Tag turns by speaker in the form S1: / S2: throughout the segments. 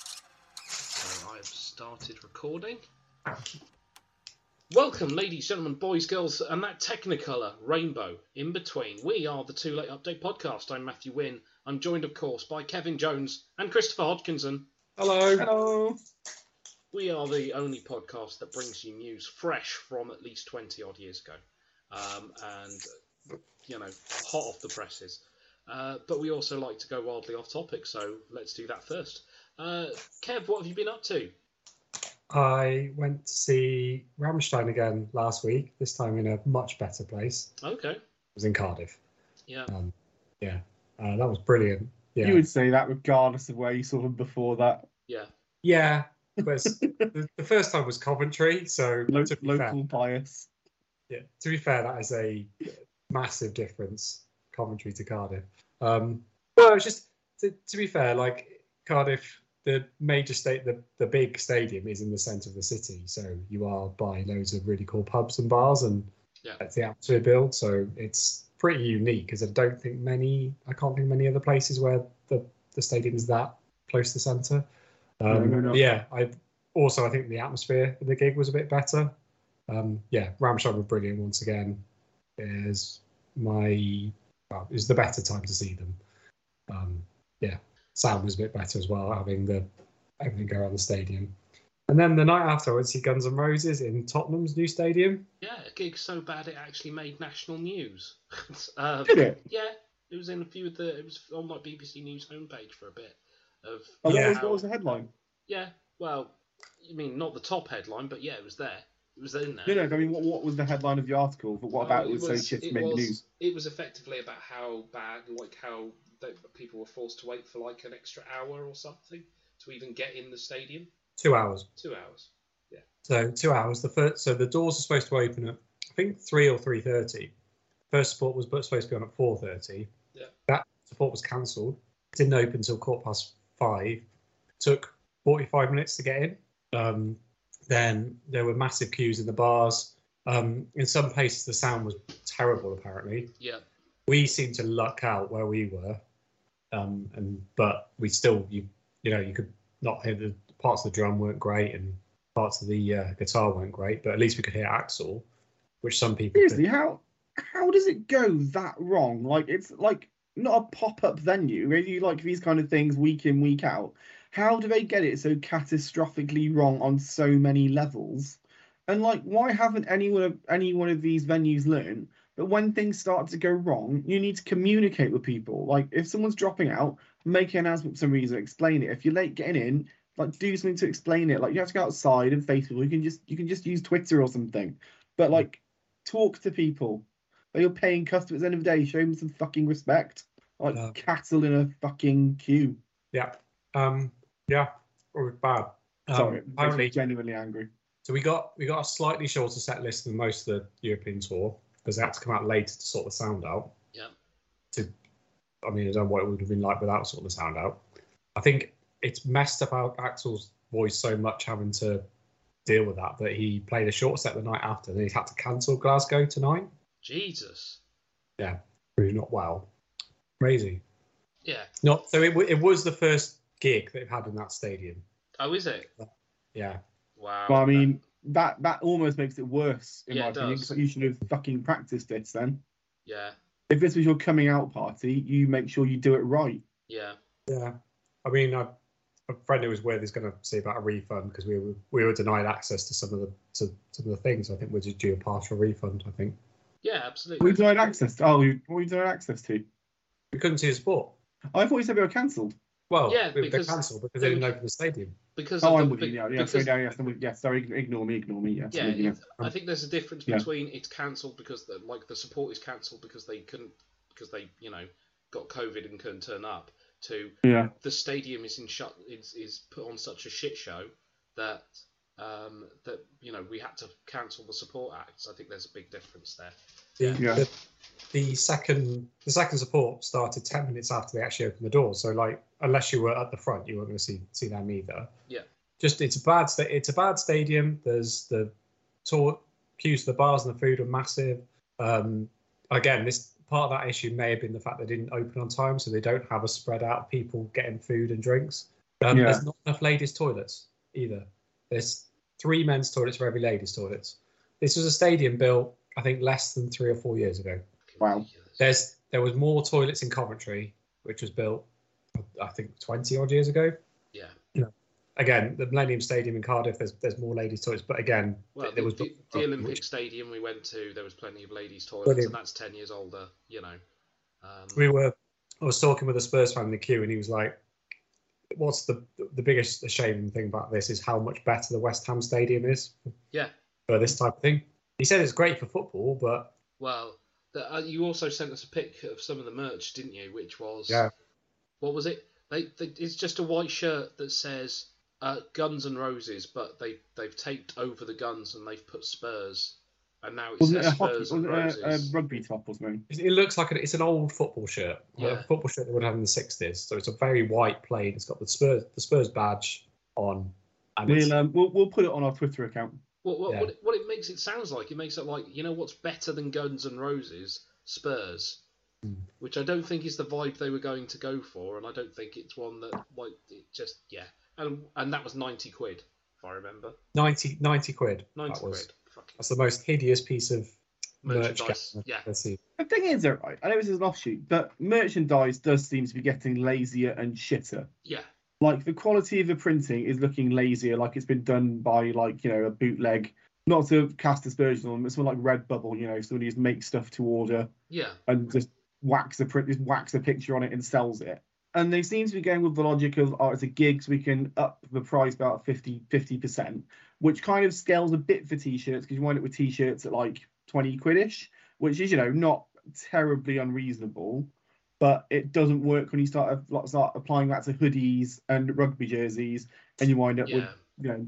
S1: I have Uh, started recording. Welcome, ladies, gentlemen, boys, girls, and that Technicolor rainbow in between. We are the Too Late Update podcast. I'm Matthew Wynn. I'm joined, of course, by Kevin Jones and Christopher Hodkinson.
S2: Hello.
S1: We are the only podcast that brings you news fresh from at least 20 odd years ago um, and, you know, hot off the presses. Uh, but we also like to go wildly off topic, so let's do that first. Uh, Kev, what have you been up to?
S2: I went to see Ramstein again last week, this time in a much better place. It
S1: Okay,
S2: was in Cardiff.
S1: yeah.
S2: Um, yeah, uh, that was brilliant. Yeah.
S3: You would say that regardless of where you saw them before that.
S2: Yeah. But it's- the, the first time was Coventry, so
S3: Lo-
S2: to, be fair,
S3: local bias.
S2: yeah, to be fair, that is a massive difference, Coventry to Cardiff. Um, well, it's just to, to be fair, like Cardiff, the major state, the, the big stadium is in the centre of the city, so you are by loads of really cool pubs and bars, and
S1: Yeah.
S2: that's the atmosphere build. So it's pretty unique because I don't think many, I can't think of many other places where the the stadium is that close to the centre. Um,
S3: No, no, no.
S2: Yeah, I also I think the atmosphere of the gig was a bit better. Um, yeah, Ramshot were brilliant once again. Is my well, it was the better time to see them. Um, yeah, sound was a bit better as well, having the everything go around the stadium. And then the night after, I went to see Guns N' Roses in Tottenham's new stadium.
S1: Yeah, a gig so bad it actually made national news. um,
S3: Did it?
S1: Yeah, it was in a few of the. It was on like BBC News homepage for a bit. Of
S3: Oh,
S2: Yeah.
S3: yeah. what, was, the headline?
S1: yeah, well, I mean not the top headline, but yeah, it was there. It was in there.
S3: No, no, I mean, what, what was the headline of your article? But what about
S1: Um,
S3: it was so shit to
S1: it
S3: make
S1: was-
S3: news?
S1: It was effectively about how bad, like how they, people were forced to wait for like an extra hour or something to even get in the stadium.
S2: Two hours.
S1: Two hours.
S2: So two hours. The first, so the doors are supposed to open at I think three or three thirty. First support was but supposed to be on at four thirty.
S1: Yeah.
S2: That support was cancelled. Didn't open until quarter past five. Took forty five minutes to get in. Um, then there were massive queues in the bars. Um, in some places the sound was terrible. Apparently,
S1: Yeah.
S2: we seemed to luck out where we were, um, and but we still you you know you could not hear the parts of the drum weren't great and parts of the uh, guitar weren't great, but at least we could hear Axel, which some people
S3: Seriously,
S2: could.
S3: how how does it go that wrong? Like, it's like not a pop up venue. Really, like these kind of things week in, week out. How do they get it so catastrophically wrong on so many levels? And like, why haven't anyone of any one of these venues learned that when things start to go wrong, you need to communicate with people? Like, if someone's dropping out, make an announcement for some reason, explain it. If you're late getting in, like, do something to explain it. Like, you have to go outside and Facebook. You can just you can just use Twitter or something. But like, talk to people. Like, you're paying customers at the end of the day. Show them some fucking respect. Like
S2: Yeah.
S3: cattle in a fucking queue.
S2: Yeah, um, yeah, or it was bad. Um,
S3: Sorry, it makes me
S2: apparently-
S3: genuinely angry.
S2: So we got we got a slightly shorter set list than most of the European tour because they had to come out later to sort the sound out.
S1: Yeah.
S2: To, I mean, I don't know what it would have been like without sorting the sound out. I think it's messed up Al- Axel's voice so much having to deal with that that he played a short set the night after. Then he's had to cancel Glasgow tonight.
S1: Jesus.
S2: Really not well. Crazy.
S1: Yeah.
S2: Not so. It, w- it was the first gig they've had in that stadium.
S1: Oh, is it?
S2: Yeah.
S1: Wow.
S3: But I mean, that that almost makes it worse in
S1: Yeah,
S3: my
S1: it
S3: opinion.
S1: does.
S3: 'cause you should have fucking practiced this then.
S1: yeah.
S3: If this was your coming out party, you make sure you do it right.
S1: Yeah.
S2: Yeah, I mean, I, a friend who was with is going to see about a refund because we were we were denied access to some of the to some of the things. I think we're just due a partial refund. I think
S1: Yeah, absolutely.
S3: We denied access. To, oh, you- what were you denied access to?
S2: we couldn't see the sport.
S3: I thought you said we were cancelled.
S2: Well,
S1: Yeah,
S2: they,
S1: because
S2: they cancelled because
S1: they
S2: they didn't
S1: were-
S2: open the stadium.
S1: because
S3: Oh,
S1: of
S3: I'm
S1: the,
S3: with you now. Yeah,
S1: because-
S3: sorry, no, yes, I'm with- yeah, sorry, ignore me, ignore me. Yes,
S1: yeah,
S3: I'm with you
S1: it-
S3: now.
S1: I think there's a difference
S3: Yeah.
S1: between it's cancelled because the, like the support is cancelled because they couldn't because they you know got COVID and couldn't turn up to
S3: yeah.
S1: the stadium is in shut is, is put on such a shit show that um, that you know we had to cancel the support acts. I think there's a big difference there.
S2: The,
S3: Yeah.
S2: the, the second the second support started ten minutes after they actually opened the door. So like unless you were at the front, you weren't going to see see them either.
S1: Yeah.
S2: Just it's a bad sta- it's a bad stadium. There's the tour queues to the bars and the food are massive. Um, again, this part of that issue may have been the fact they didn't open on time, so they don't have a spread out of people getting food and drinks. Um,
S3: Yeah.
S2: There's not enough ladies' toilets either. There's three men's toilets for every ladies' toilets. This was a stadium built, I think, less than three or four years ago.
S1: Fucking
S3: Wow.
S1: ridiculous.
S2: There's there was more toilets in Coventry, which was built, I think, twenty odd years ago.
S1: Yeah.
S2: Again, the Millennium Stadium in Cardiff, there's there's more ladies' toilets, but again,
S1: Well,
S2: there was
S1: the, the Olympic Stadium we went to, there was plenty of ladies' toilets,
S2: Brilliant.
S1: and that's ten years older. You know. Um,
S2: we were I was talking with a Spurs fan in the queue and he was like what's the the biggest shaming thing about this is how much better the West Ham stadium is
S1: Yeah.
S2: for this type of thing. He said it's great for football, but
S1: Well, the, uh, you also sent us a pic of some of the merch, didn't you? Which was
S2: Yeah.
S1: What was it? They, they it's just a white shirt that says uh, Guns and Roses, but they they've taped over the guns and they've put Spurs, and now it
S3: Wasn't it
S1: says
S3: a hockey?
S1: Spurs
S3: Wasn't
S1: and
S3: it a, uh, a
S1: Roses.
S3: rugby top or something?
S2: it it looks like an, it's an old football shirt, like
S1: Yeah.
S2: a football shirt they would have in the sixties. So it's a very white plain. It's got the Spurs the Spurs badge on. And it's-
S3: We'll, um, we'll we'll put it on our Twitter account.
S1: What what,
S2: yeah.
S1: what, it, what it makes it sounds like? It makes it like you know what's better than Guns and Roses? Spurs.
S3: Hmm.
S1: Which I don't think is the vibe they were going to go for, and I don't think it's one that like it just yeah, and and that was ninety quid if I remember,
S2: 90, 90 quid.
S1: ninety
S2: that was.
S1: quid. Fucking
S2: That's the most hideous piece of merch.
S1: Merchandise,
S2: gap
S1: yeah.
S2: I've seen.
S3: The thing is, though, right, I know this is an offshoot, but merchandise does seem to be getting lazier and shitter.
S1: Yeah,
S3: Like the quality of the printing is looking lazier, like it's been done by like you know a bootleg. Not to cast aspersions on them, but someone like Redbubble, you know, somebody just makes stuff to order
S1: yeah,
S3: and just whacks a print, just whacks a picture on it and sells it. And they seem to be going with the logic of, oh, it's a gig, so we can up the price about 50 percent, which kind of scales a bit for t-shirts because you wind up with t-shirts at like twenty quidish, which is you know not terribly unreasonable, but it doesn't work when you start uh, like, start applying that to hoodies and rugby jerseys, and you wind up with
S1: yeah,
S3: you know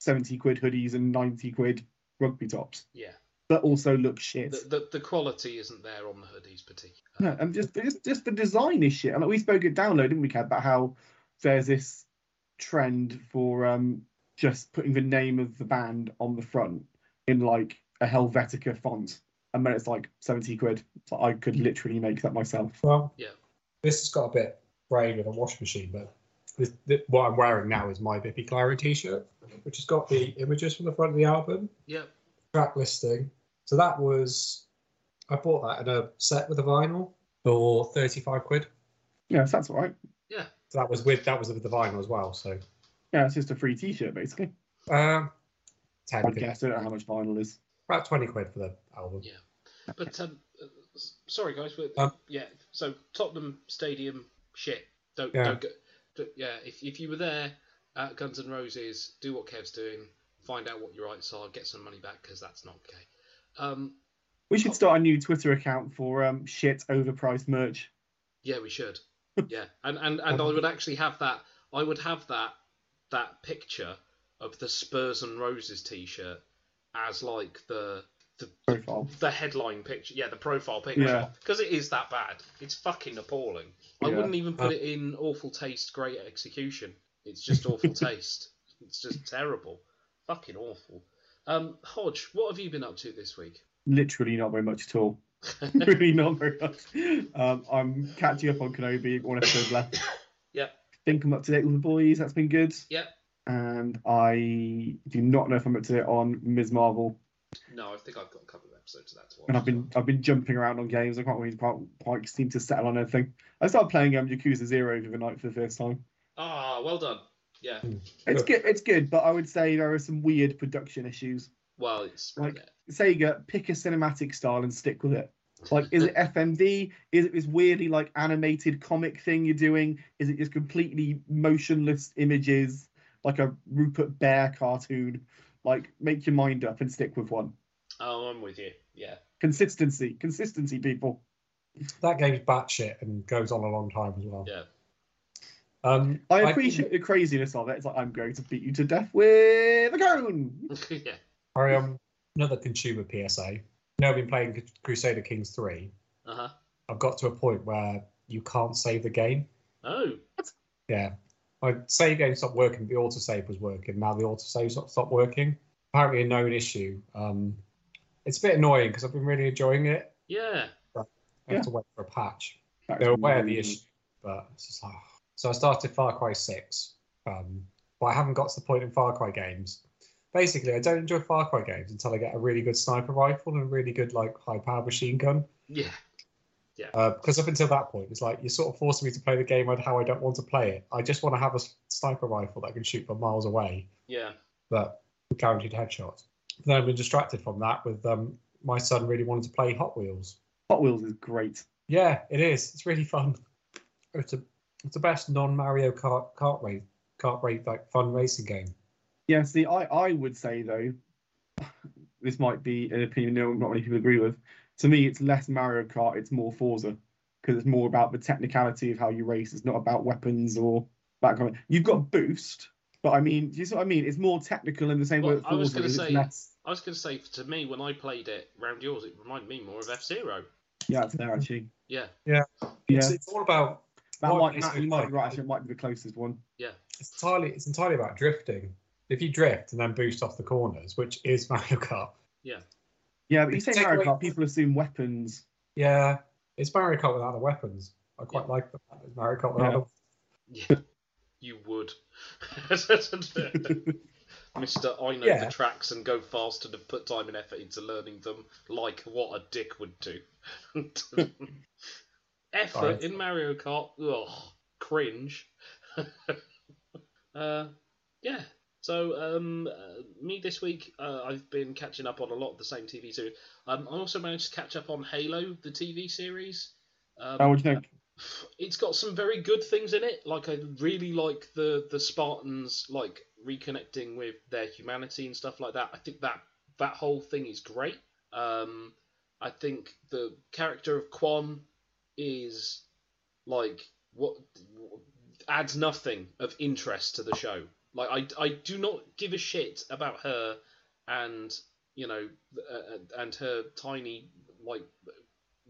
S3: seventy quid hoodies and ninety quid rugby tops
S1: yeah.
S3: that also look shit.
S1: The, the the quality isn't there on the hoodies, particularly.
S3: No, and just just just the design is shit. And like we spoke at download, didn't we, Cad, about how there's this trend for um just putting the name of the band on the front in like a Helvetica font. And then it's like 70 quid. So I could literally make that myself.
S2: Well,
S1: Yeah.
S2: This has got a bit grey with a washing machine, but this, thi- what I'm wearing now is my Bippy Clyro T-shirt, which has got the images from the front of the album,
S1: Yeah,
S2: track listing. So that was, I bought that in a set with a vinyl for thirty-five quid.
S3: Yeah, so that's all right.
S1: yeah.
S2: So that was with that was with the vinyl as well. So
S3: Yeah, it's just a free t shirt basically.
S2: um,
S3: I
S2: ten,
S3: guess I don't know how much vinyl is.
S2: about twenty quid for the album.
S1: Yeah. But um, uh, s- sorry guys, but
S2: Um,
S1: yeah. So Tottenham Stadium, shit. Don't
S2: Yeah.
S1: don't go. do yeah, if if you were there at Guns N' Roses, do what Kev's doing. Find out what your rights are. Get some money back because that's not okay. Um,
S3: We should start a new Twitter account for um shit overpriced merch.
S1: Yeah, we should. Yeah, and and, and I would actually have that. I would have that that picture of the Spurs and Roses T-shirt as like the the
S3: Profile.
S1: the headline picture. Yeah, the profile picture.
S3: Yeah.
S1: Because it is that bad. It's fucking appalling. I
S3: Yeah.
S1: wouldn't even put it in awful taste, great execution. It's just awful taste. It's just terrible. Fucking awful. Um, Hodge, what have you been up to this week?
S3: literally not very much at all. really not very much. Um, I'm catching up on Kenobi, one episode left.
S1: Yeah.
S3: Think I'm up to date with the boys. That's been good.
S1: Yeah.
S3: And I do not know if I'm up to date on Ms. Marvel.
S1: No, I think I've got a couple of episodes of that to watch.
S3: And I've been I've been jumping around on games. I can't really quite, quite seem to settle on anything. I started playing um, Yakuza Zero the other night for the first time.
S1: Ah, well done. Yeah.
S3: It's
S2: Good.
S3: good. It's good, but I would say there are some weird production issues.
S1: Well, it's
S3: Like- Sega, pick a cinematic style and stick with it. Like, is it FMD? Is it this weirdly like animated comic thing you're doing? Is it just completely motionless images like a Rupert Bear cartoon? Like, make your mind up and stick with one.
S1: Oh, I'm with you. Yeah.
S3: Consistency, consistency, people.
S2: That game's batshit and goes on a long time as well.
S1: Yeah.
S2: Um,
S3: I appreciate the craziness of it. It's like I'm going to beat you to death with a cone.
S1: yeah.
S2: I, um, another consumer PSA. You know, I've been playing Cru- Crusader Kings 3.
S1: Uh huh.
S2: I've got to a point where you can't save the game.
S1: Oh.
S2: Yeah. My save game stopped working, the autosave was working. Now the autosave stopped, stopped working. Apparently, a known issue. Um, it's a bit annoying because I've been really enjoying it.
S1: Yeah.
S2: I have
S3: Yeah.
S2: to wait for a patch.
S3: That's
S2: They're aware of the
S3: really-
S2: issue, but it's just like, oh. so I started Far Cry Six, um, but I haven't got to the point in Far Cry games. Basically, I don't enjoy Far Cry games until I get a really good sniper rifle and a really good like high power machine gun.
S1: Yeah.
S2: Uh, Because up until that point, it's like you're sort of forcing me to play the game on how I don't want to play it. I just want to have a s- sniper rifle that I can shoot from miles away,
S1: Yeah.
S2: but guaranteed headshots. Then I've been distracted from that with um, my son really wanted to play Hot Wheels.
S3: Hot Wheels is great.
S2: Yeah, it is. It's really fun. It's a it's the best non Mario Kart kart race kart race like fun racing game.
S3: Yeah, see, I, I would say though, this might be an opinion no not many people agree with. To me, it's less Mario Kart, it's more Forza, because it's more about the technicality of how you race. It's not about weapons or that kind of. You've got boost, but I mean, do you see what I mean? It's more technical in the same way
S1: Well,
S3: that
S1: I was
S3: Forza
S1: gonna
S3: is.
S1: say-
S3: It's less.
S1: I was going to say, to me, when I played it round yours, it reminded me more of F Zero.
S3: Yeah, it's there actually.
S1: Yeah.
S3: Yeah,
S2: It's, it's all about
S3: that
S2: what
S3: might,
S2: is
S3: that,
S2: it
S3: you might
S2: like?
S3: be right. Actually, it might be the closest one.
S2: it's entirely it's entirely about drifting. If you drift and then boost off the corners, which is Mario Kart.
S3: Yeah, but you
S2: It's
S3: say
S2: take
S3: Mario
S2: away-
S3: Kart, people assume weapons.
S2: Yeah, it's Mario Kart without the weapons. I quite like the fact that it's Mario Kart without
S3: Yeah.
S2: the
S1: Yeah. you would. Mr. I know
S2: Yeah.
S1: the tracks and go fast and have put time and effort into learning them, like what a dick would do. effort
S2: Right.
S1: in Mario Kart, ugh, cringe. uh, yeah. So, um, uh, me this week, uh, I've been catching up on a lot of the same TV series. Um, I also managed to catch up on Halo, the TV series. Um,
S3: Oh, what do you think?
S1: it's got some very good things in it. Like I really like the the Spartans like reconnecting with their humanity and stuff like that. I think that that whole thing is great. Um, I think the character of Quan is like what adds nothing of interest to the show. Like I, I do not give a shit about her and you know uh, and her tiny like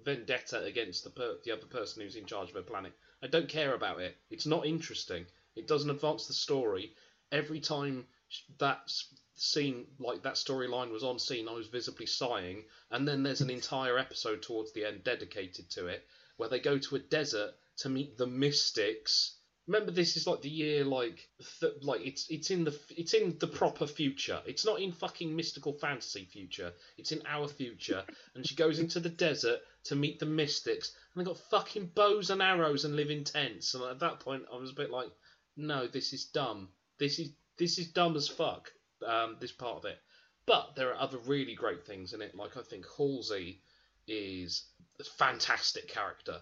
S1: vendetta against the per- the other person who's in charge of a planet. I don't care about it. It's not interesting. It doesn't advance the story. Every time sh- that s- scene, like that storyline, was on scene, I was visibly sighing. And then there's an entire episode towards the end dedicated to it, where they go to a desert to meet the Mystics. Remember, this is like the year, like, th- like it's it's in the f- it's in the proper future. It's not in fucking mystical fantasy future. It's in our future, and she goes into the desert to meet the mystics, and they got fucking bows and arrows and live in tents. And at that point, I was a bit like, no, this is dumb. This is this is dumb as fuck. Um, this part of it, but there are other really great things in it. Like I think Halsey is a fantastic character,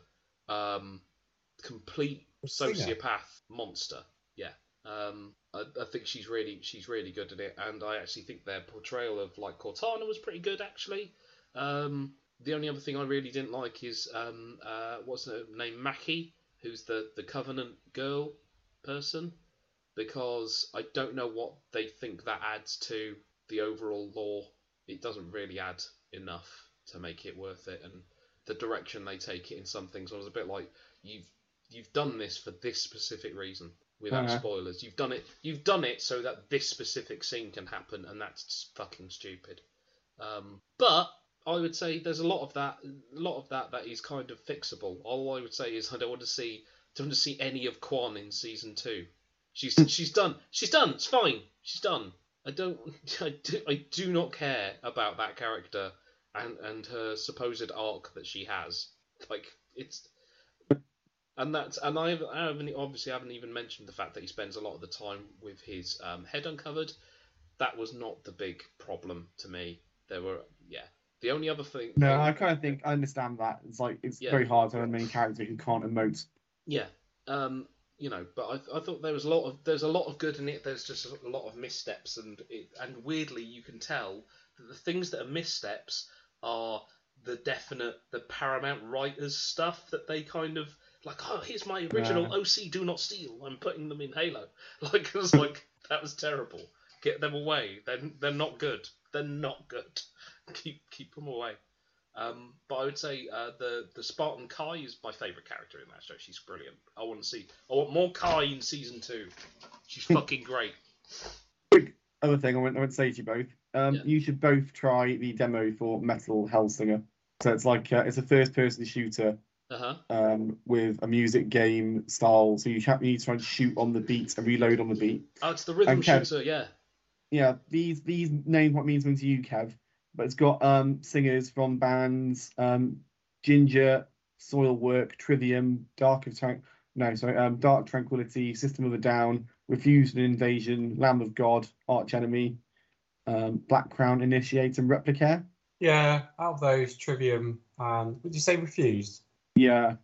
S1: um, complete
S2: singer.
S1: sociopath monster. Yeah, um, I, I think she's really she's really good at it, and I actually think their portrayal of like Cortana was pretty good actually. Um, the only other thing I really didn't like is um, uh, what's her name, Mackie, who's the the Covenant girl person, because I don't know what they think that adds to the overall lore. It doesn't really add enough to make it worth it, and the direction they take it in some things. I was a bit like, you've you've done this for this specific reason without
S3: Uh-huh.
S1: spoilers. You've done it. You've done it so that this specific scene can happen, and that's just fucking stupid. Um, but I would say there's a lot of that, a lot of that that is kind of fixable. All I would say is I don't want to see, don't want to see any of Quan in season two. She's she's done. She's done. It's fine. She's done. I don't. I do, I do not care about that character and and her supposed arc that she has. Like it's. And that's and I haven't, I haven't obviously haven't even mentioned the fact that he spends a lot of the time with his um, head uncovered. That was not the big problem to me. There were yeah, The only other thing.
S3: No, I kind of think I understand that. It's like it's
S1: Yeah.
S3: very hard to have many characters who can't emote.
S1: Yeah, um, you know, but I, I thought there was a lot of there's a lot of good in it. There's just a lot of missteps, and it, and weirdly, you can tell that the things that are missteps are the definite the Paramount writers stuff that they kind of like. Oh, here's my original
S3: Yeah.
S1: OC. Do not steal. I'm putting them in Halo. Like it was like that was terrible. Get them away. They're they're not good. They're not good. Keep keep them away. Um, but I would say uh, the the Spartan Kai is my favourite character in that show. She's brilliant. I want to see. I want more Kai in season two. She's fucking great.
S3: Other thing I would, I would say to you both, um,
S1: Yeah.
S3: you should both try the demo for Metal Hellsinger. So it's like uh, it's a first-person shooter
S1: Uh huh.
S3: um, with a music game style. So you, have, you try and shoot on the beat and reload on the beat.
S1: Oh, it's the rhythm
S3: And Kev-
S1: shooter. Yeah.
S3: Yeah, these these names might mean something to you, Kev, but it's got um, singers from bands um, Ginger, Soilwork, Trivium, Dark of Tank. No, sorry, um, Dark Tranquility, System of a Down, Refused an Invasion, Lamb of God, Arch Enemy, um, Black Crown, Initiate, and Replicare.
S2: Yeah, out of those, Trivium and would you say refused?
S3: Yeah,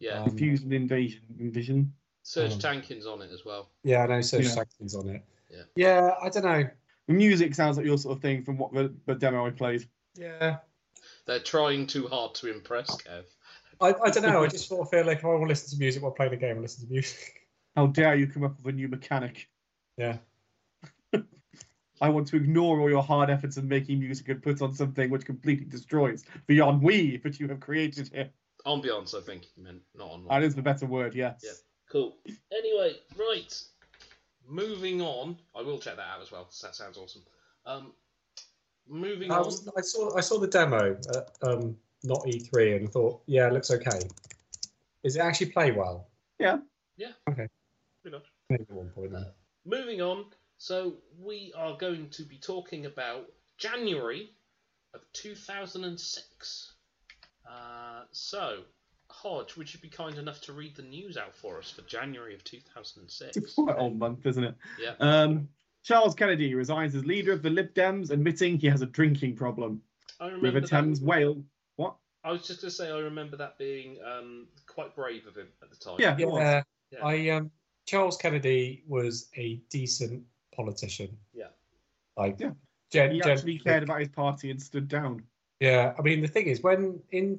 S1: Yeah.
S2: Um,
S3: Refused an Invasion, Invasion.
S1: Serge
S2: um,
S1: Tankin's on it as well.
S2: Yeah, I know Search
S3: Yeah.
S2: Sanctions on it.
S1: Yeah.
S2: yeah, I don't know.
S3: The music sounds like your sort of thing from what the, the demo I played.
S2: Yeah,
S1: They're trying too hard to impress Kev.
S2: I, I don't know. I just sort of feel like if I want to listen to music while playing the game, I listen to music.
S3: How dare you come up with a new mechanic?
S2: Yeah.
S3: I want to ignore all your hard efforts in making music and put on something which completely destroys the ennui that you have created here.
S1: Ambiance, I think he meant, not online.
S3: That is the better word, yes.
S1: Yeah. Cool. Anyway, right. Moving on. I will check that out as well. 'cause That sounds awesome. Um, moving
S2: I,
S1: on.
S2: was, I saw I saw the demo at um, not E3 and thought, yeah, it looks okay. Is it actually play well?
S1: Pretty much.
S2: Maybe at one point then.
S1: Moving on. So we are going to be talking about January of 2006. Uh, so, Hodge, would you be kind enough to read the news out for us for January of 2006?
S3: It's a quite old month, isn't it?
S1: Yeah.
S3: Um, Charles Kennedy resigns as leader of the Lib Dems, admitting he has a drinking problem.
S1: I remember
S3: River
S1: that-
S3: Thames, Wales. What?
S1: I was just going to say I remember that being um, quite brave of him at the time.
S3: Yeah.
S2: Yeah,
S1: Yeah.
S2: I um, Charles Kennedy was a decent politician.
S1: Yeah.
S2: like
S3: Yeah.
S2: gen-
S3: He
S2: gen-
S3: actually cared about his party and stood down.
S2: Yeah, I mean the thing is, when in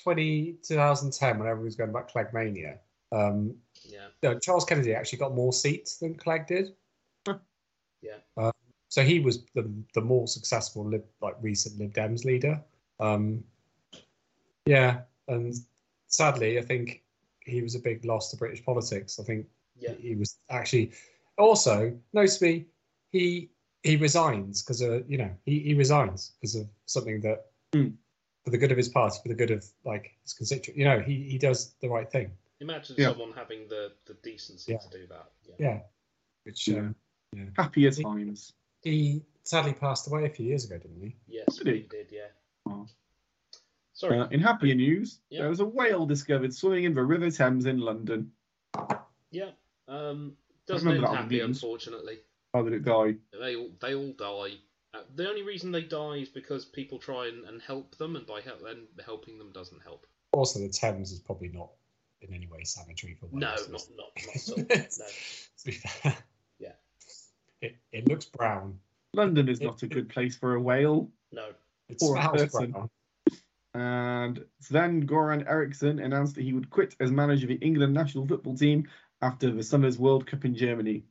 S2: 20, 2010, when everyone was going about Clegmania, um,
S1: Yeah.
S2: no, Charles Kennedy actually got more seats than Clegg did.
S1: Yeah.
S2: Uh, so he was the the more successful Lib, like recent Lib Dems leader. Um, yeah, and sadly, I think he was a big loss to British politics. I think
S1: Yeah.
S2: he was actually also notably he he resigns because uh, you know he, he resigns because of something that
S1: Hmm.
S3: Mm.
S2: for the good of his party for the good of like his constituent you know he, he does the right thing
S1: Imagine
S3: Yeah.
S1: someone having the, the decency
S2: Yeah.
S1: to do that. Yeah.
S2: yeah which
S1: Hmm.
S3: Yeah.
S2: um,
S3: Happy as times.
S2: he sadly passed away a few years ago didn't he
S1: Yes,
S3: Did he?
S1: he did, yeah.
S3: Oh.
S1: Sorry.
S3: Uh, in happier news,
S1: Yeah.
S3: there was a whale discovered swimming in the River Thames in London.
S1: yeah. Um,
S3: I
S1: doesn't end
S3: remember that on
S1: happy,
S3: memes.
S1: unfortunately.
S3: How did it die?
S1: They all, they all die. Uh, the only reason they die is because people try and, and help them, and by help, then helping them doesn't help.
S2: also the Thames is probably not in any way sanitary for
S1: No,
S2: Wales,
S1: not
S2: is it?
S1: not not so. no.
S2: to be fair
S1: Yeah.
S2: it, it looks brown
S3: London is not a good place for a whale.
S1: No.
S2: it
S3: Or a
S2: smells
S3: person.
S2: brown
S3: And then Goran Eriksson announced that he would quit as manager of the England national football team after the summer's World Cup in Germany.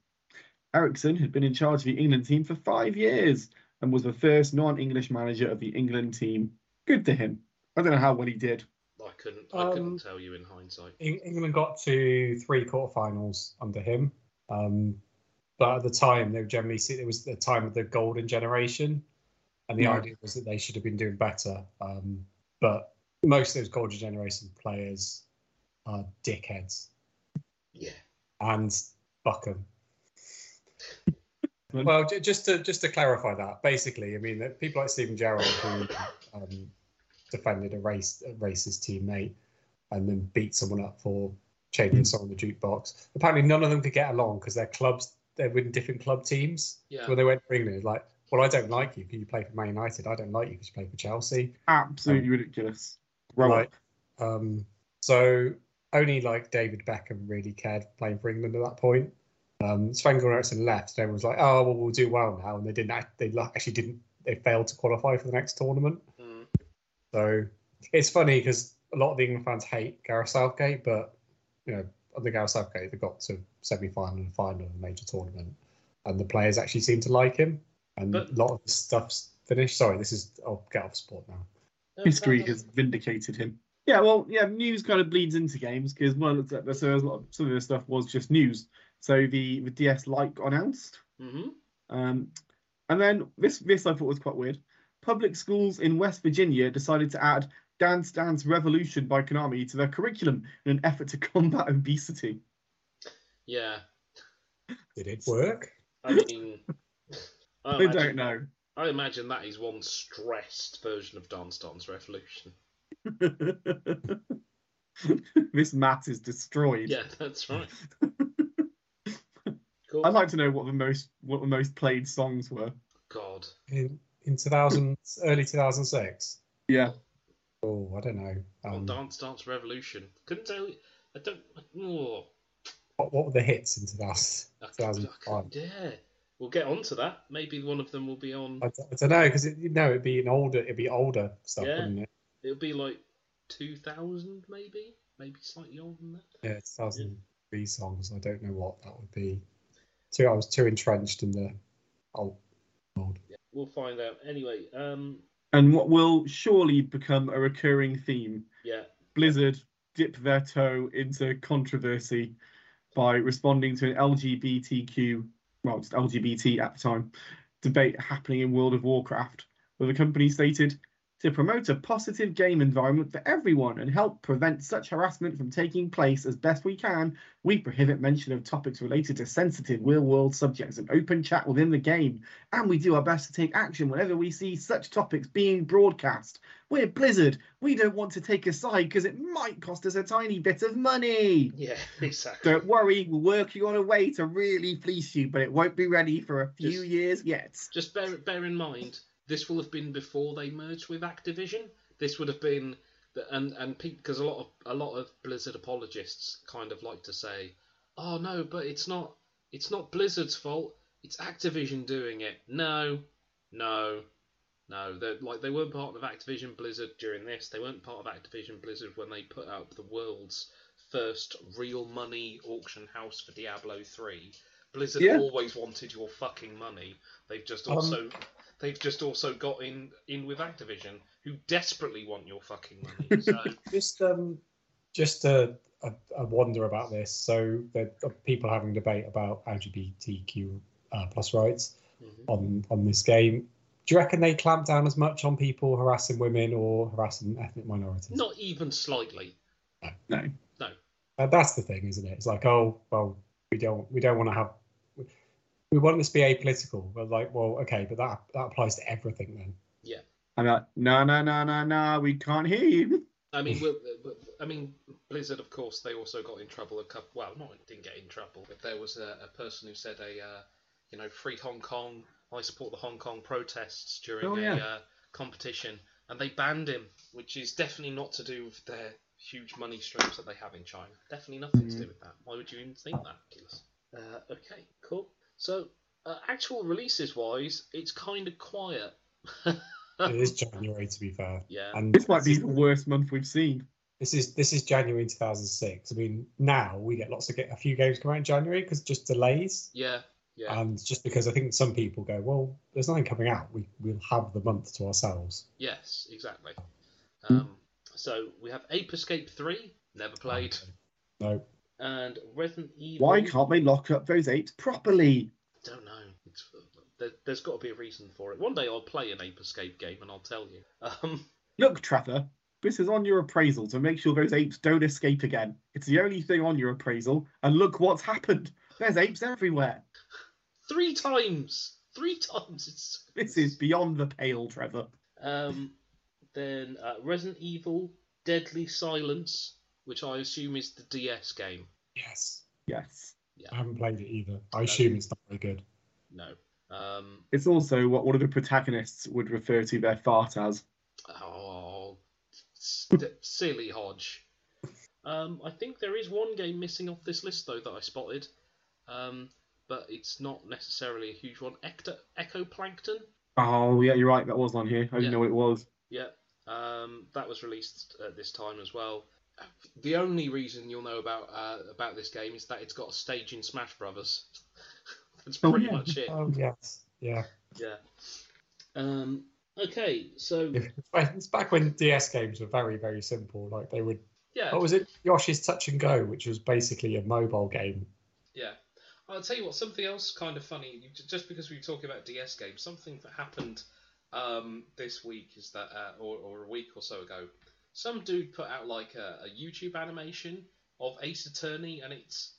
S3: Eriksson had been in charge of the England team for five years and was the first non English manager of the England team. Good to him. I don't know how well he did.
S1: I couldn't. I
S2: Um,
S1: couldn't tell you in hindsight.
S2: Eng- England got to three quarterfinals under him, um, but at the time they were generally see it was the time of the golden generation, and the
S3: Yeah.
S2: idea was that they should have been doing better. Um, but most of those golden generation players are dickheads
S1: Yeah.
S2: and Buckham. Well, ju- just to just to clarify that, basically, I mean that people like Stephen Gerrard who um, defended a race a racist teammate and then beat someone up for changing a song on the jukebox. Apparently, none of them could get along because their clubs they were in different club teams.
S1: Yeah.
S2: So when they went to England, it's like, well, I don't like you because you play for Man United. I don't like you because you play for Chelsea.
S3: Absolutely ridiculous. Grow
S2: Like,
S3: up.
S2: um, so only like David Beckham really cared playing for England at that point. Um, Sven Goran Eriksson left, and everyone was like, "Oh, well, we'll do well now," and they didn't. Act, they lu- actually didn't. They failed to qualify for the next tournament.
S1: Mm.
S2: So it's funny because a lot of the England fans hate Gareth Southgate, but you know, under Gareth Southgate, they got to semi final and final of a major tournament, and the players actually seem to like him. And
S1: But-
S2: a lot of the stuff's finished. Sorry, this is. I'll get off sport now.
S1: No,
S3: History
S1: that-
S3: has vindicated him. Yeah, well, yeah, news kind of bleeds into games because one of the, so there's a lot of, some of this stuff was just news. So the the DS Lite got announced,
S1: Mhm.
S3: um, and then this this I thought was quite weird. Public schools in West Virginia decided to add Dance Dance Revolution by Konami to their curriculum in an effort to combat obesity.
S1: Yeah.
S2: Did it work?
S1: I mean, I
S3: I
S1: imagine,
S3: don't know.
S1: I imagine that is one stressed version of Dance Dance Revolution.
S3: this mat is destroyed.
S1: Yeah, that's right. cool.
S3: I'd like to know what the most what the most played songs were.
S1: God.
S2: in in 2000 early 2006
S3: Yeah.
S2: oh i don't know
S1: Well,
S2: um,
S1: Dance Dance Revolution. Couldn't tell you. I don't. Oh,
S2: what, what were the hits in 2000,
S1: I, couldn't- I
S2: 2005
S1: couldn't dare. We'll get onto that. Maybe one of them will be on.
S2: I, d- I don't know because you know it'd be an older it'd be older stuff
S1: Yeah.
S2: wouldn't it
S1: It'll be like 2000, maybe? Maybe slightly older than that.
S2: yeah 2003 songs i don't know what that would be too i was too entrenched in the old old
S1: We'll find out. Anyway, um,
S3: And what will surely become a recurring theme.
S1: yeah.
S3: Blizzard dip their toe into controversy by responding to an LGBTQ, well, it's LGBT at the time, debate happening in World of Warcraft, where the company stated to promote a positive game environment for everyone and help prevent such harassment from taking place as best we can, we prohibit mention of topics related to sensitive real world subjects and open chat within the game, and we do our best to take action whenever we see such topics being broadcast. We're Blizzard. We don't want to take a side because it might cost us a tiny bit of money.
S1: Yeah, exactly.
S3: Don't worry, we're working on a way to really fleece you, but it won't be ready for a few
S1: Just-
S3: years yet.
S1: Just bear, bear in mind, this will have been before they merged with Activision. This would have been, the- and and because a lot of a lot of Blizzard apologists kind of like to say, "Oh no, but it's not it's not Blizzard's fault. It's Activision doing it." No, no, no. They're, like they weren't part of Activision Blizzard during this. They weren't part of Activision Blizzard when they put out the world's first real money auction house for Diablo three. Blizzard
S3: Yeah.
S1: always wanted your fucking money. They've just
S2: Um,
S1: also they've just also got in in with Activision, who desperately want your fucking money. So
S2: just um just a, a, a wonder about this so there are people having debate about lgbtq uh, plus rights
S1: Mhm.
S2: on on this game. Do you reckon they clamp down as much on people harassing women or harassing ethnic minorities?
S1: not even slightly.
S3: No.
S2: Uh, that's the thing, isn't it? It's like, oh, well, we don't we don't want to have we want this to be apolitical. We're like, well, okay, but that that applies to everything then.
S3: I'm like, no, no, no, no, no, we can't hear you.
S1: I mean, we'll, uh, I mean, Blizzard, of course, they also got in trouble a couple. Well, not didn't get in trouble, but there was a, a person who said a, uh, you know, free Hong Kong. I support the Hong Kong protests during
S3: Oh,
S1: a
S3: yeah.
S1: uh, competition, and they banned him, which is definitely not to do with their huge money streams that they have in China. Definitely nothing
S3: Mm-hmm.
S1: to do with that. Why would you even think that? Ridiculous. Uh, okay, cool. So, uh, actual releases wise, it's kind of quiet.
S2: it is January to be fair.
S1: Yeah.
S2: And
S3: This might be the worst month we've seen.
S2: this is this is January two thousand six. I mean, now we get lots of get a few games come out in January because just delays.
S1: Yeah. Yeah.
S2: And just because I think some people go, well, there's nothing coming out, we, we'll have the month to ourselves.
S1: Yes, exactly.
S3: Hmm.
S1: Um, so we have Ape Escape 3, never played,
S2: No,
S1: and Resident Evil.
S3: Why can't they lock up those apes properly?
S1: Don't know. It's, there, there's got to be a reason for it. One day I'll play an Ape Escape game and I'll tell you. Um,
S3: Look, Trevor, this is on your appraisal to make sure those apes don't escape again. It's the only thing on your appraisal, and look what's happened. There's apes everywhere.
S1: three times! Three times! It's
S3: This is beyond the pale, Trevor.
S1: Um, then uh, Resident Evil Deadly Silence, which I assume is the DS game.
S2: yes.
S3: Yes.
S2: I haven't played it either. I assume it's not very good.
S1: No. Um,
S3: It's also what one of the protagonists would refer to their fart as.
S1: oh, st- silly Hodge. Um, I think there is one game missing off this list though that I spotted, um, but it's not necessarily a huge one. Ecto- Echoplankton.
S3: Oh yeah, you're right. That was on here. I didn't
S1: Yeah.
S3: know what it was.
S1: Yeah, um, that was released at this time as well. The only reason you'll know about uh, about this game is that it's got a stage in Smash Brothers. That's
S3: Oh,
S1: pretty
S3: yeah.
S1: much it.
S2: Oh yes, yeah.
S1: Yeah. Um, okay, so
S2: It's back when DS games were very very simple. Like they would.
S1: yeah,
S2: What was it? Yoshi's Touch and Go, which was basically a mobile game.
S1: yeah. I'll tell you what. Something else kind of funny, you- j- just because we were talking about DS games, something that happened um, this week is that, uh, or, or a week or so ago, some dude put out like a, a YouTube animation of Ace Attorney, and it's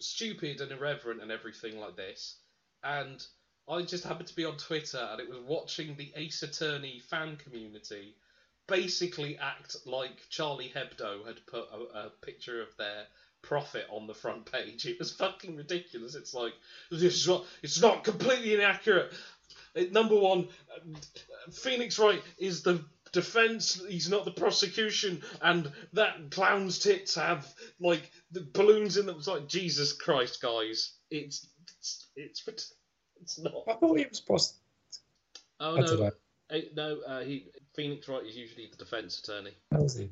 S1: stupid and irreverent and everything like this. And I just happened to be on Twitter, and it was watching the Ace Attorney fan community basically act like Charlie Hebdo had put a, a picture of their profit on the front page. It was fucking ridiculous. It's like this is what, it's not completely inaccurate. Uh, Number one, um, uh, Phoenix Wright is the defense. He's not the prosecution, and that clown's tits have like the balloons in them. It's like Jesus Christ, guys. It's it's it's rid- it's
S2: I
S1: not.
S2: thought it was pros-
S1: Oh
S2: That's
S1: no,
S2: about-
S1: Eh, no. Uh, he Phoenix Wright is usually the defense attorney.
S2: how was it?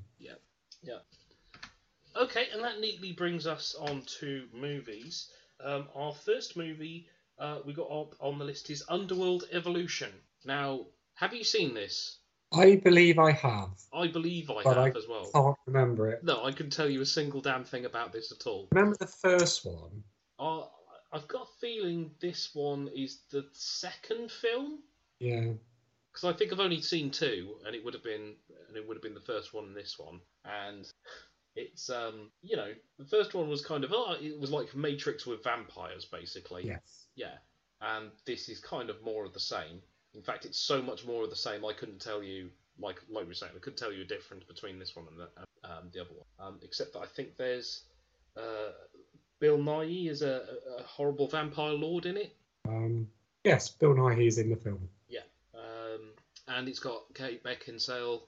S1: Okay, and that neatly brings us on to movies. Um, our first movie uh, we got up on the list is Underworld Evolution. Now, have you seen this?
S2: I believe I have.
S1: I believe I
S2: But
S1: have
S2: I
S1: as well.
S2: Can't remember it.
S1: No, I can tell you a single damn thing about this at all.
S2: Remember the first one?
S1: Uh, I've got a feeling this one is the second film
S2: Yeah.
S1: because I think I've only seen two, and it would have been and it would have been the first one and this one, and it's um you know the first one was kind of oh, it was like Matrix with vampires basically.
S2: Yes.
S1: Yeah, and this is kind of more of the same. In fact, it's so much more of the same. I couldn't tell you, like like we were saying, I couldn't tell you a difference between this one and the, um, the other one, um, except that I think there's uh, Bill Nye is a, a horrible vampire lord in it,
S2: Um, yes. Bill Nighy is in the film.
S1: um, and it's got Kate Beckinsale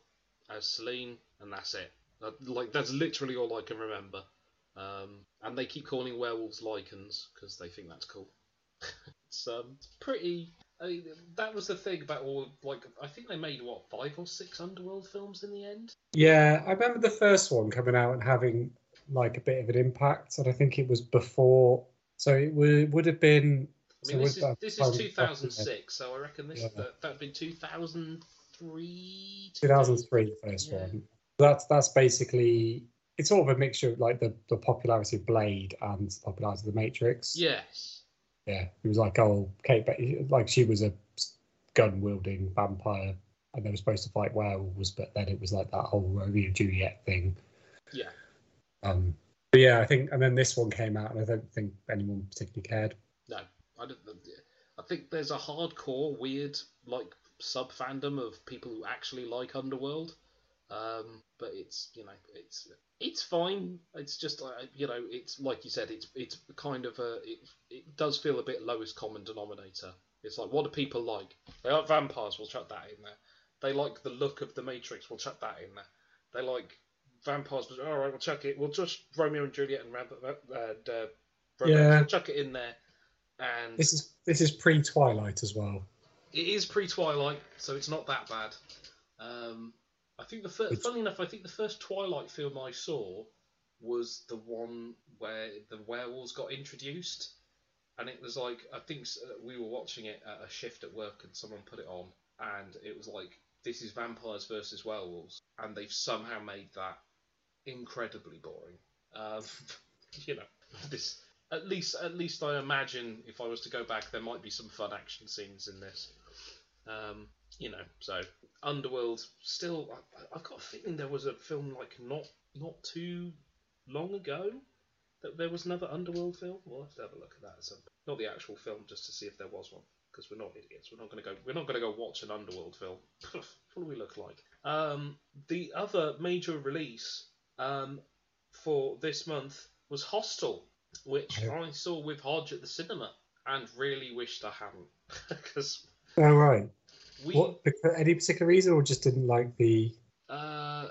S1: as Celine, and that's it. That- like that's literally all I can remember. Um, and they keep calling werewolves lichens because they think that's cool. it's um, it's pretty. I mean, that was the thing about all of, like I think they made what five or six underworld films in the end.
S2: Yeah, I remember the first one coming out and having like a bit of an impact, and I think it was before. So it would would have been.
S1: I mean, this
S2: so would
S1: is
S2: that-
S1: this
S2: that
S1: is
S2: would-
S1: 2006, so I reckon this
S2: Yeah.
S1: that that'd been 2003.
S2: 2003, the first
S1: Yeah.
S2: one. That's that's basically it's sort of a mixture of like the, the popularity of Blade and the popularity of the Matrix.
S1: Yes.
S2: yeah. It was like oh, Kate, Be- like she was a gun wielding vampire, and they were supposed to fight werewolves, but then it was like that whole Romeo and Juliet thing.
S1: Yeah.
S2: Um, but yeah, I think, and then this one came out, and I don't think anyone particularly cared.
S1: No, I don't. I think there's a hardcore, weird, like sub fandom of people who actually like Underworld. Um, but it's you know it's it's fine. It's just uh, you know it's like you said it's it's kind of a it, it does feel a bit lowest common denominator. It's like what do people like? They like vampires. We'll chuck that in there. They like the look of the Matrix. We'll chuck that in there. They like vampires. But, all right, we'll chuck it. We'll just Romeo and Juliet and, Ram- and uh, romance.
S2: Yeah.
S1: We'll chuck it in there and
S2: This is this is pre Twilight as well.
S1: it is pre-Twilight, so it's not that bad. Um, I think the fir-
S2: It's-
S1: funny enough, I think the first Twilight film I saw was the one where the werewolves got introduced, and it was like I think s- uh, we were watching it at a shift at work, and someone put it on, and it was like this is vampires versus werewolves, and they've somehow made that incredibly boring. Um, you know, this at least at least I imagine if I was to go back, there might be some fun action scenes in this. Um, you know, so Underworld still. I, I've got a feeling there was a film like not not too long ago that there was another Underworld film. We'll have to have a look at that. At some, not the actual film, just to see if there was one. Because we're not idiots. We're not going to go. We're not going to go watch an Underworld film. what do we look like? Um, the other major release um, for this month was Hostel, which I saw with Hodge at the cinema, and really wished I hadn't because
S2: All Oh, right.
S1: we
S2: What? For any particular reason, or just didn't like the?
S1: Uh,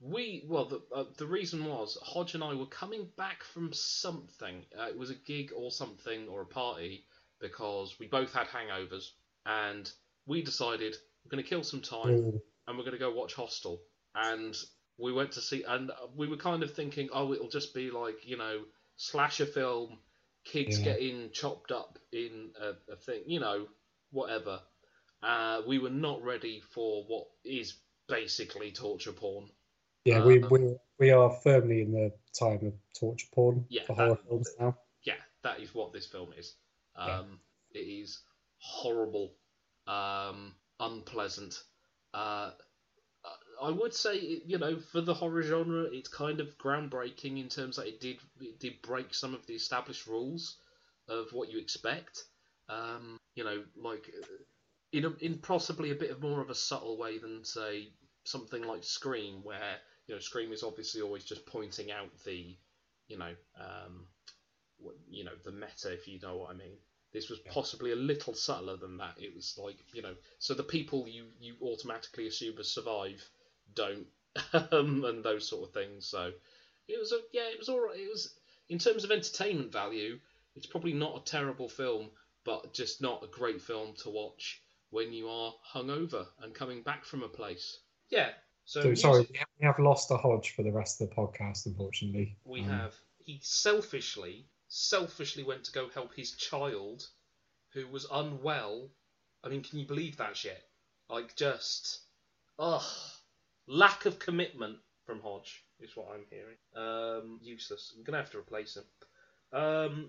S1: we well the uh, the reason was Hodge and I were coming back from something. Uh, it was a gig or something or a party because we both had hangovers and we decided we're going to kill some time
S2: Mm,
S1: and we're going to go watch Hostel. And we went to see and we were kind of thinking, oh, it'll just be like you know slasher film, kids
S2: Yeah.
S1: getting chopped up in a, a thing, you know, whatever. Uh, we were not ready for what is basically torture porn.
S2: yeah, we
S1: Uh,
S2: we we are firmly in the time of torture porn
S1: Yeah,
S2: for horror
S1: that-
S2: films now.
S1: yeah, that is what this film is.
S2: Yeah.
S1: Um, It is horrible, um, unpleasant. Uh, I would say, you know, for the horror genre, it's kind of groundbreaking in terms that it did it did break some of the established rules of what you expect. Um, you know, like uh, in a, in possibly a bit of more of a subtle way than say something like Scream, where you know Scream is obviously always just pointing out the, you know, um, what- you know the meta if you know what I mean. This was possibly a little subtler than that. It was like you know, so the people you you automatically assume as survive don't um, and those sort of things. So it was a yeah, it was all right. It was in terms of entertainment value, it's probably not a terrible film, but just not a great film to watch when you are hungover and coming back from a place. Yeah. So,
S2: So
S1: music-
S2: sorry, we have, we have lost a Hodge for the rest of the podcast, unfortunately.
S1: we
S2: Um,
S1: have he selfishly selfishly went to go help his child who was unwell i mean can you believe that shit like just ugh lack of commitment from hodge is what i'm hearing um useless i'm gonna have to replace him um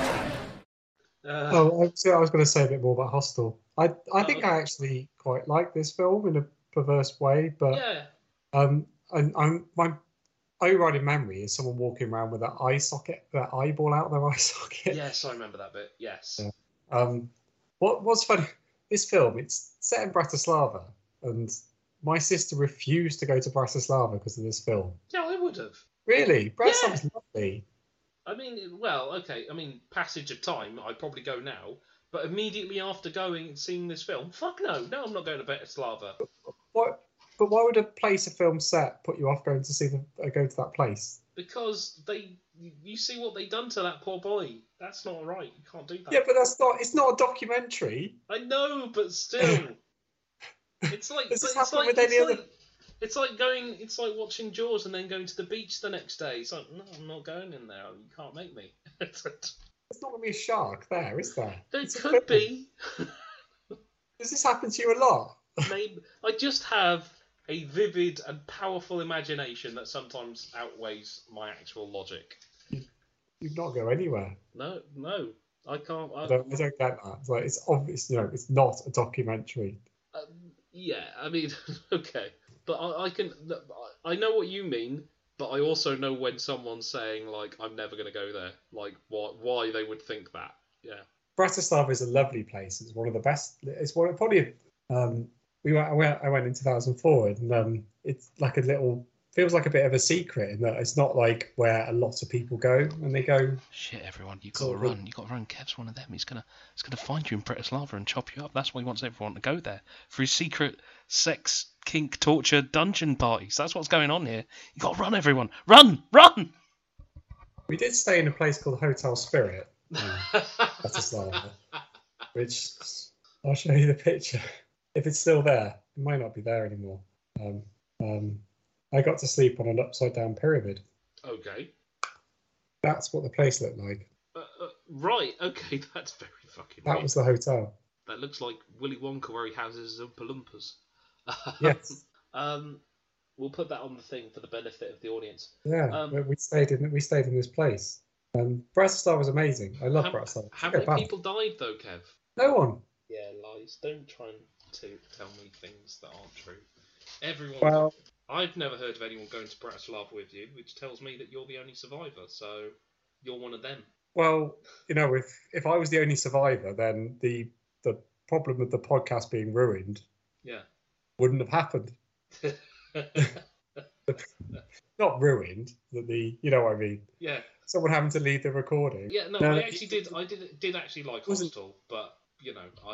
S1: uh,
S2: Oh, I was, I was going to say a bit more about Hostel. I I think
S1: okay.
S2: I actually quite like this film in a perverse way, but
S1: yeah
S2: um, and I'm my overriding memory is someone walking around with that eye socket, that eyeball out their eye socket.
S1: yes i remember that bit yes
S2: Yeah. Um, what what's funny? This film it's set in Bratislava, and my sister refused to go to Bratislava because of this film.
S1: yeah i would have
S2: Really, Bratislava's lovely.
S1: I mean, well, okay. I mean, passage of time, I'd probably go now. But immediately after going and seeing this film, fuck no, no, I'm not going to Bratislava.
S2: What? But why would a place, a film set, put you off going to see the uh, go to that place?
S1: Because they, you see what they done to that poor boy. That's not right. You can't do that.
S2: Yeah, but that's not. It's not a documentary.
S1: I know, but still, it's like
S2: Does this
S1: but it's
S2: happen
S1: like,
S2: with
S1: it's
S2: any
S1: like,
S2: other-
S1: It's like going. It's like watching Jaws and then going to the beach the next day. It's like, no, I'm not going in there. You can't make me.
S2: There's not going to be a shark there, is there?
S1: there
S2: It's a
S1: could
S2: film.
S1: be.
S2: Does this happen to you a lot?
S1: Maybe I just have a vivid and powerful imagination that sometimes outweighs my actual logic.
S2: You'd not go anywhere.
S1: No, no, I can't. I,
S2: I don't, I don't get that. It's like it's obvious. You know, it's not a documentary.
S1: um, yeah, I mean, okay, but I, I can. I know what you mean, but I also know when someone's saying like, "I'm never going to go there," like why why they would think that. Yeah,
S2: Bratislava is a lovely place. It's one of the best. It's one probably. Um, we went. I went, I went in 2004, and um, it's like a little. Feels like a bit of a secret in that it's not like where a lot of people go and they go.
S4: Shit, everyone, you
S2: So
S4: gotta
S2: we-
S4: run. You gotta run. Kev's one of them. He's gonna, he's gonna find you in Bratislava and chop you up. That's why he wants everyone to go there for his secret sex, kink, torture, dungeon parties. That's what's going on here. You gotta run, everyone. Run, run.
S2: We did stay in a place called Hotel Spirit, in Bratislava, which I'll show you the picture if it's still there. It might not be there anymore. Um, um, I got to sleep on an upside down pyramid.
S1: okay,
S2: That's what the place looked like.
S1: uh, uh, right, okay, that's very fucking.
S2: That
S1: weird.
S2: was the hotel.
S1: That looks like Willy Wonka where he houses his Oompa Loompas.
S2: Yes.
S1: Um, we'll put that on the thing for the benefit of the audience.
S2: Yeah,
S1: Um,
S2: we- we stayed in we stayed in this place. Um, Bratislava was amazing. I love Bratislava.
S1: How, how
S2: Yeah,
S1: many
S2: bad.
S1: people died though, Kev?
S2: No one.
S1: Yeah, lies. Don't try and to tell me things that aren't true. Everyone.
S2: Well,
S1: I've never heard of anyone going to Bratislava with you, which tells me that you're the only survivor. So you're one of them.
S2: well, you know, if if I was the only survivor, then the the problem of the podcast being ruined
S1: Yeah.
S2: wouldn't have happened. Not ruined. That the you know what I mean.
S1: yeah.
S2: Someone having to leave the recording.
S1: Yeah. No,
S2: No,
S1: I
S2: no,
S1: actually
S2: it-
S1: did. I did did actually like
S2: Wasn't-
S1: Hostel, but you know, I,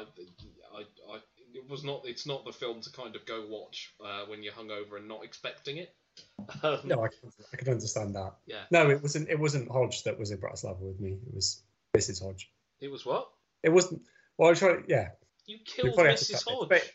S1: I, I, it was not. It's not the film to kind of go watch uh, when you're hungover and not expecting it. Um,
S2: No, I can, I can understand that.
S1: Yeah.
S2: No, it wasn't. It wasn't Hodge that was in Bratislava with me. It was Mrs. Hodge.
S1: It was what?
S2: It wasn't. Well, I tried. Yeah.
S1: You
S2: we
S1: killed
S2: probably have to
S1: Mrs.
S2: cut this,
S1: Hodge.
S2: but-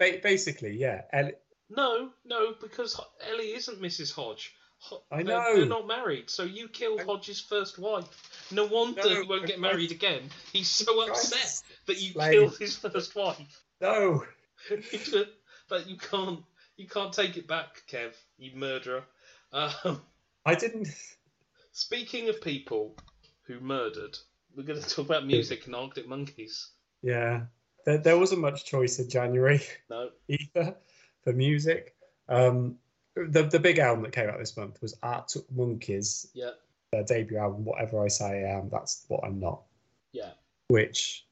S2: Ba- basically, yeah. Ellie,
S1: No, no, because Ho- Ellie isn't Mrs. Hodge. Ho-
S2: I
S1: they're-
S2: know.
S1: They're not married, so you killed
S2: I-
S1: Hodge's first wife. No wonder
S2: No,
S1: he won't
S2: I-
S1: get married again. He's so
S2: to
S1: upset that you
S2: explain.
S1: killed his first wife.
S2: no.
S1: but you can't, you can't take it back, Kev. You murderer. Um,
S2: I didn't.
S1: speaking of people who murdered, we're going to talk about music and Arctic Monkeys.
S2: Yeah. There, there wasn't much choice in January
S1: No,
S2: either for music. Um, the the big album that came out this month was Arctic Monkeys,
S1: yeah,
S2: their debut album. Whatever I say I am, that's what I'm not.
S1: yeah.
S2: Which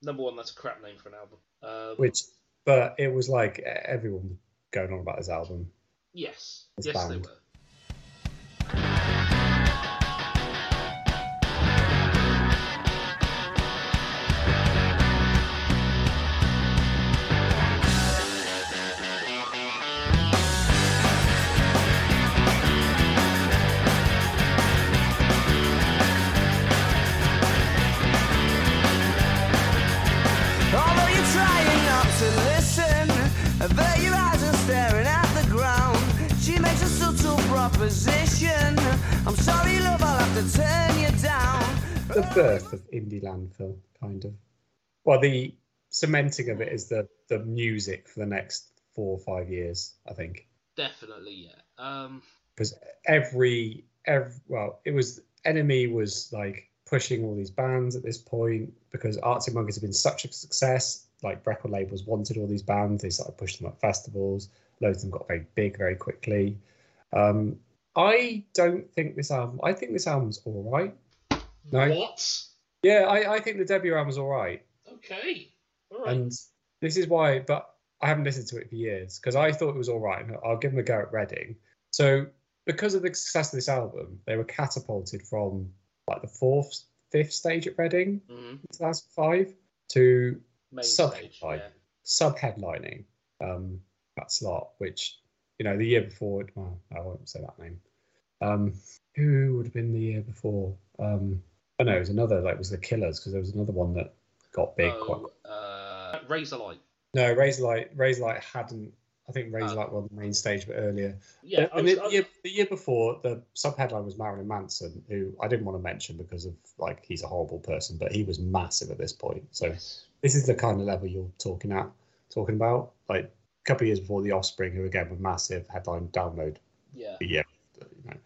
S1: Number one, that's a crap name for an album. Um,
S2: which but it was like e- everyone was going on about his album
S1: Yes,
S2: It's
S1: yes, they
S2: banned.
S1: were.
S5: Although you're trying not to listen, but your eyes are staring at the ground. She makes a subtle proposition. I'm sorry, love, I'll have to turn you down.
S2: the birth of indie landfill kind of well the cementing of it is the the music for the next four or five years i think
S1: Definitely, yeah. Um,
S2: because every every well it was enemy was like pushing all these bands at this point because arctic monkeys have been such a success like record labels wanted all these bands they started pushing them at festivals loads of them got very big very quickly um i don't think this album i think this album's all right No.
S1: What?
S2: yeah i, I think the debut album's all right
S1: Okay. All right.
S2: and this is why but i haven't listened to it for years because i thought it was all right and i'll give them a go at reading so because of the success of this album they were catapulted from like the fourth fifth stage at reading
S1: hmm
S2: in 2005 to
S1: Main
S2: Sub-
S1: stage.
S2: like-
S1: Yeah.
S2: sub-headlining um, that slot which you know the year before well, i won't say that name um, who would have been the year before um, i know it was another like it was the killers because there was another one that got big quite
S1: Oh, uh, Razor Light.
S2: No, Razorlight. Razorlight hadn't. I think Razorlight
S1: Oh.
S2: were on the main stage, but earlier.
S1: Yeah. I
S2: and
S1: was-
S2: the,
S1: I was-
S2: year, the year before, the sub-headline was Marilyn Manson, who I didn't want to mention because of like he's a horrible person, but he was massive at this point. So
S1: yes.
S2: this is the kind of level you're talking at, talking about. Like a couple of years before, The Offspring, who again were massive headline download
S1: Yeah.
S2: yeah, you know.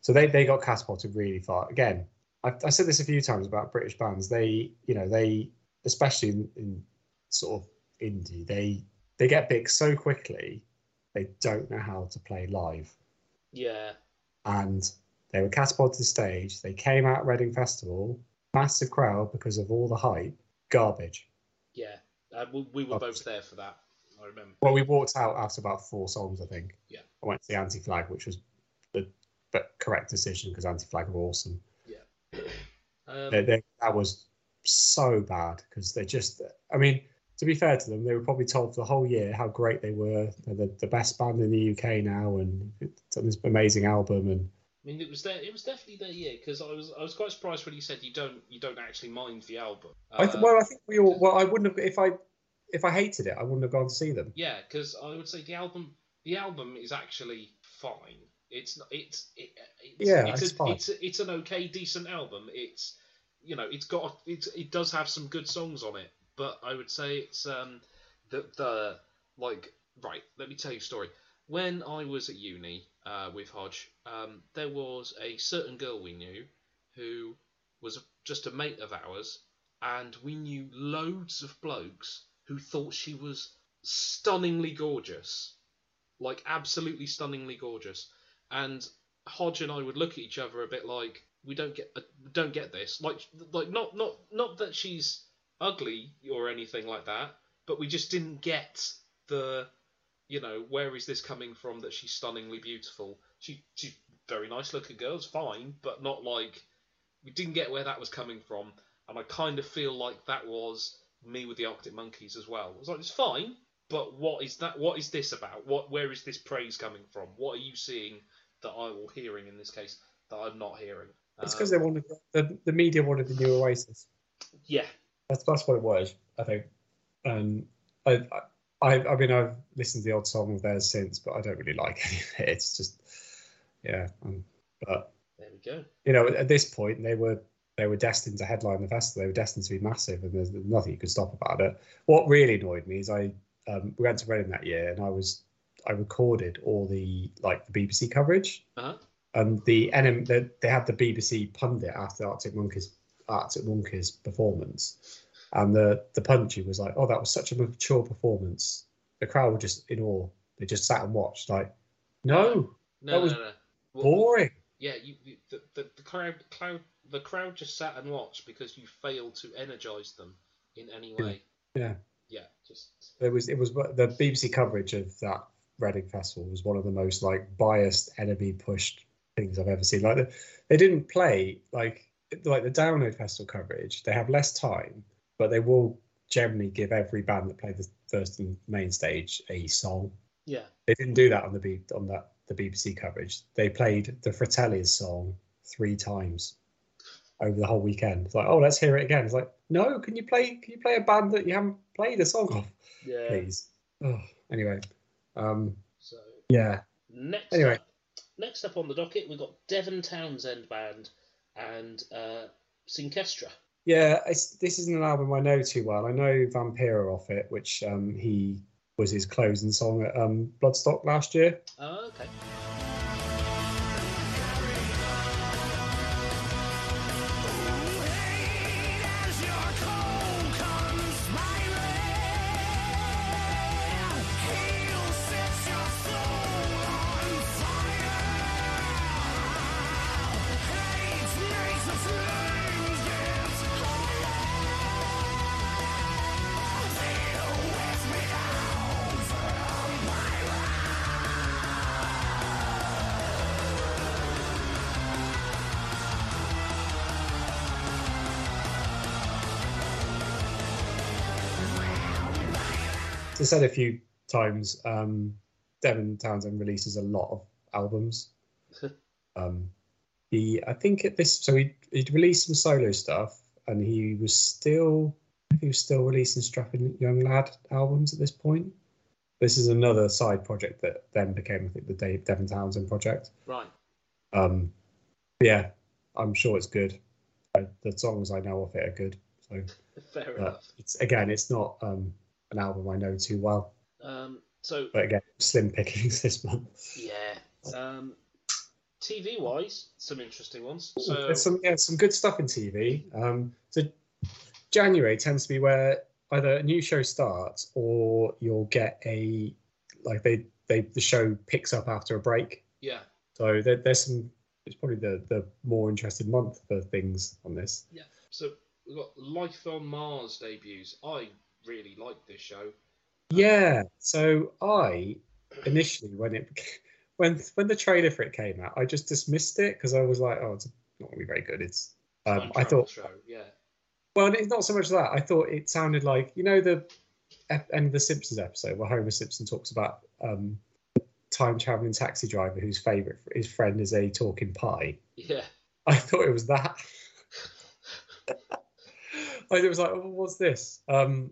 S2: So they, they got catapulted really far. Again, I, I said this a few times about British bands. They, you know, they especially in, in sort of indie, they they get big so quickly. They don't know how to play live,
S1: Yeah.
S2: and they were catapulted to the stage. They came out at Reading Festival, massive crowd because of all the hype. Garbage.
S1: Yeah. Uh, we, we were both
S2: Obviously.
S1: there for that. I remember.
S2: Well, we walked out after about four songs, I think.
S1: Yeah.
S2: I went to the Anti Flag, which was the, the correct decision because Anti Flag were awesome.
S1: Um,
S2: they, they, that was so bad because they just i mean to be fair to them they were probably told for the whole year how great they were they're the, the best band in the uk now and it's done this amazing album and
S1: I mean, it was there. It was definitely their year because I was I was quite surprised when you said you don't you don't actually mind the album.
S2: i th-
S1: Uh,
S2: well i think we all well i wouldn't have if i if i hated it i wouldn't have gone to see them
S1: Yeah, because I would say the album the album is actually fine. It's not it's it, it's,
S2: Yeah,
S1: it's,
S2: it's
S1: a,
S2: fine.
S1: it's a- it's an okay decent album. It's you know it's got it's, it does have some good songs on it, but I would say it's um the the like right. Let me tell you a story. When I was at uni uh, with Hodge, um, there was a certain girl we knew who was just a mate of ours, and we knew loads of blokes who thought she was stunningly gorgeous, like absolutely stunningly gorgeous. And Hodge and I would look at each other a bit like we don't get uh, don't get this. Like like not not not that she's ugly or anything like that, but we just didn't get the you know, where is this coming from that she's stunningly beautiful? She, she's very nice looking girl, it's fine, but not like. We didn't get where that was coming from, and I kind of feel like that was me with the Arctic Monkeys as well. I was like, it's fine, but what is that? What is this about? What? Where is this praise coming from? What are you seeing that I or hearing in this case that I'm not hearing? Um,
S2: It's because they wanted the, the media wanted the new Oasis.
S1: Yeah,
S2: That's that's what it was, I think. Um, I, I- I I mean I've listened to the odd song of theirs since, but I don't really like any of it. It's just yeah. Um, but
S1: there we go.
S2: you know, at, at this point they were they were destined to headline the festival. They were destined to be massive, and there's nothing you could stop about it. What really annoyed me is I um, we went to Reading that year, and I was I recorded all the like the BBC coverage
S1: Uh-huh.
S2: and the NM, the, they had the BBC pundit after Arctic Monkeys Arctic Monkeys performance, and the the pundit was like, "Oh, that was such a mature performance." The crowd were just in awe. They just sat and watched. Like, no,
S1: No,
S2: That
S1: no,
S2: was
S1: no, no. What-
S2: boring.
S1: yeah, you, you the, the, the crowd, crowd, the crowd just sat and watched because you failed to energize them in any way.
S2: Hmm. Yeah.
S1: Yeah, just
S2: It was it was the BBC coverage of that Reading Festival was one of the most like biased, enemy pushed things I've ever seen. Like they- they didn't play like like the Download Festival coverage. They have less time, but they will generally give every band that played the first and main stage a song.
S1: yeah.
S2: They didn't do that on the B, on that the BBC coverage. They played the Fratellis song three times over the whole weekend. It's like, oh, let's hear it again. It's like, no, can you play? Can you play a band that you haven't played a song of?
S1: Yeah.
S2: please. Oh, anyway, um,
S1: So
S2: yeah,
S1: next
S2: Anyway.
S1: up, next up on the docket, we've got Devon Townsend Band and uh, Sinkestra.
S2: yeah. It's, this isn't an album I know too well. I know Vampira off it, which um, he was his closing song at um, Bloodstock last year.
S1: Oh, okay.
S2: As I said a few times, um, Devon Townsend releases a lot of albums. um, he, I think at this, so he he released some solo stuff, and he was still he was still releasing strapping young lad albums at this point. This is another side project that then became, I think, the Dave Devon Townsend project.
S1: Right.
S2: Um, but yeah, I'm sure it's good. I, the songs I know of it are good. So
S1: Fair
S2: uh,
S1: enough.
S2: it's again, it's not um, an album I know too well
S1: Um, so
S2: but again, slim pickings this month.
S1: yeah. Um, TV wise, some interesting ones.
S2: So,
S1: So
S2: There's some yeah, some good stuff in TV. Um, so January tends to be where either a new show starts or you'll get a like they they the show picks up after a break.
S1: yeah.
S2: So there, there's some. It's probably the the more interesting month for things on this.
S1: Yeah. So we've got Life on Mars debuts. I really like this show.
S2: Yeah. So I initially when it when when the trailer for it came out, I just dismissed it because I was like, oh, it's not gonna be very good. It's um,
S1: Time
S2: I
S1: travel
S2: thought
S1: show. Yeah.
S2: Well, it's not so much that. I thought it sounded like you know the ep- end of the Simpsons episode where Homer Simpson talks about um, time traveling taxi driver whose favorite his friend is a talking pie.
S1: Yeah.
S2: I thought it was that. I was like, oh, what's this? Um,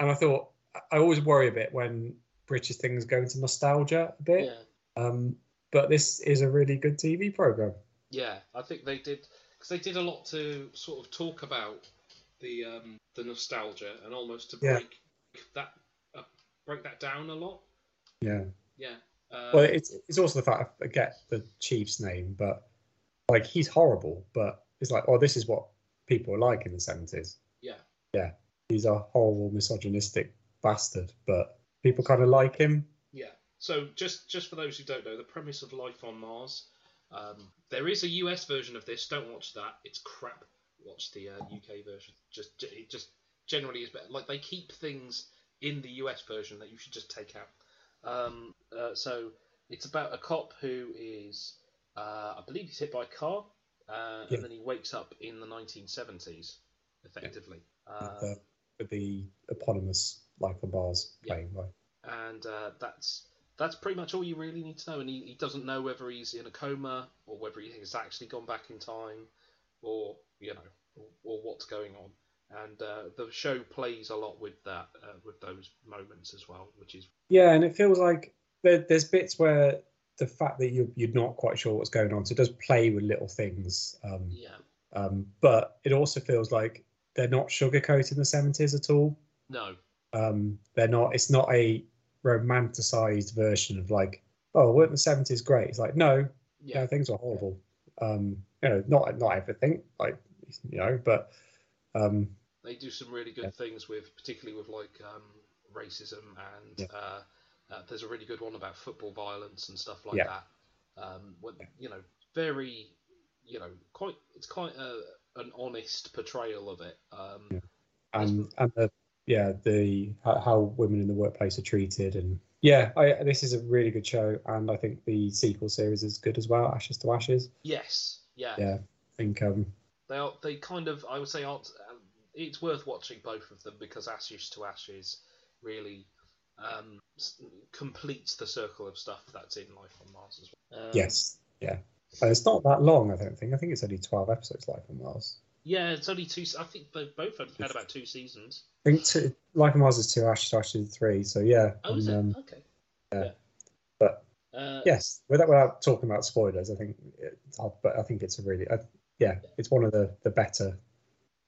S2: and I thought I always worry a bit when British things go into nostalgia a bit.
S1: Yeah.
S2: Um, but this is a really good TV program.
S1: Yeah, I think they did because they did a lot to sort of talk about the um, the nostalgia and almost to
S2: Yeah.
S1: break that uh, break that down a lot.
S2: Yeah.
S1: Yeah. Uh,
S2: Well, it's it's also the fact I forget the Chief's name, but like he's horrible, but it's like, oh, this is what people were like in the seventies.
S1: Yeah.
S2: Yeah. He's a horrible misogynistic bastard, but people kind of like him.
S1: Yeah. So just just for those who don't know, the premise of Life on Mars, um, there is a US version of this. Don't watch that; it's crap. Watch the uh, UK version. Just ge- it just generally is better. Like they keep things in the US version that you should just take out. Um, uh, so it's about a cop who is, uh, I believe, he's hit by a car, uh,
S2: Yeah.
S1: and then he wakes up in the 1970s, effectively.
S2: with,
S1: Um,
S2: the, with the eponymous Life on Mars
S1: Yeah.
S2: playing, right?
S1: and uh, that's that's pretty much all you really need to know. And he, he doesn't know whether he's in a coma or whether he has actually gone back in time, or you know, or, or what's going on. And uh, the show plays a lot with that, uh, with those moments as well, which is
S2: Yeah, and it feels like there, there's bits where the fact that you're, you're not quite sure what's going on, so it does play with little things. Um,
S1: yeah,
S2: um, but it also feels like they're not sugarcoating the 70s at all.
S1: no,
S2: Um, they're not. It's not a romanticized version of like, oh, weren't the 70s great? It's like, no, yeah,
S1: yeah,
S2: things were horrible. Um, you know, not not everything, like you know, but um,
S1: they do some really good things with, particularly with like um, racism and
S2: Yeah.
S1: uh, uh, there's a really good one about football violence and stuff like
S2: Yeah.
S1: that. Um, when, you know, very, you know, quite it's quite a, an honest portrayal of it. Um,
S2: and and the yeah the how, how women in the workplace are treated and yeah I, this is a really good show and i think the sequel series is good as well ashes to ashes
S1: Yes, yeah.
S2: yeah i think um
S1: They are, they kind of I would say aren't. um, It's worth watching both of them because Ashes to Ashes really um, s- completes the circle of stuff that's in Life on Mars as well. Um,
S2: yes yeah and it's not that long i don't think i think it's only 12 episodes life on mars
S1: Yeah, it's only two. se- I think they both only had about two seasons.
S2: i think two, life on mars is two ashes to ashes is three so yeah
S1: Oh, is
S2: and, um,
S1: it? Okay.
S2: yeah. But,
S1: uh,
S2: yes without, without talking about spoilers i think it, I'll- but i think it's a really I, yeah it's one of the the better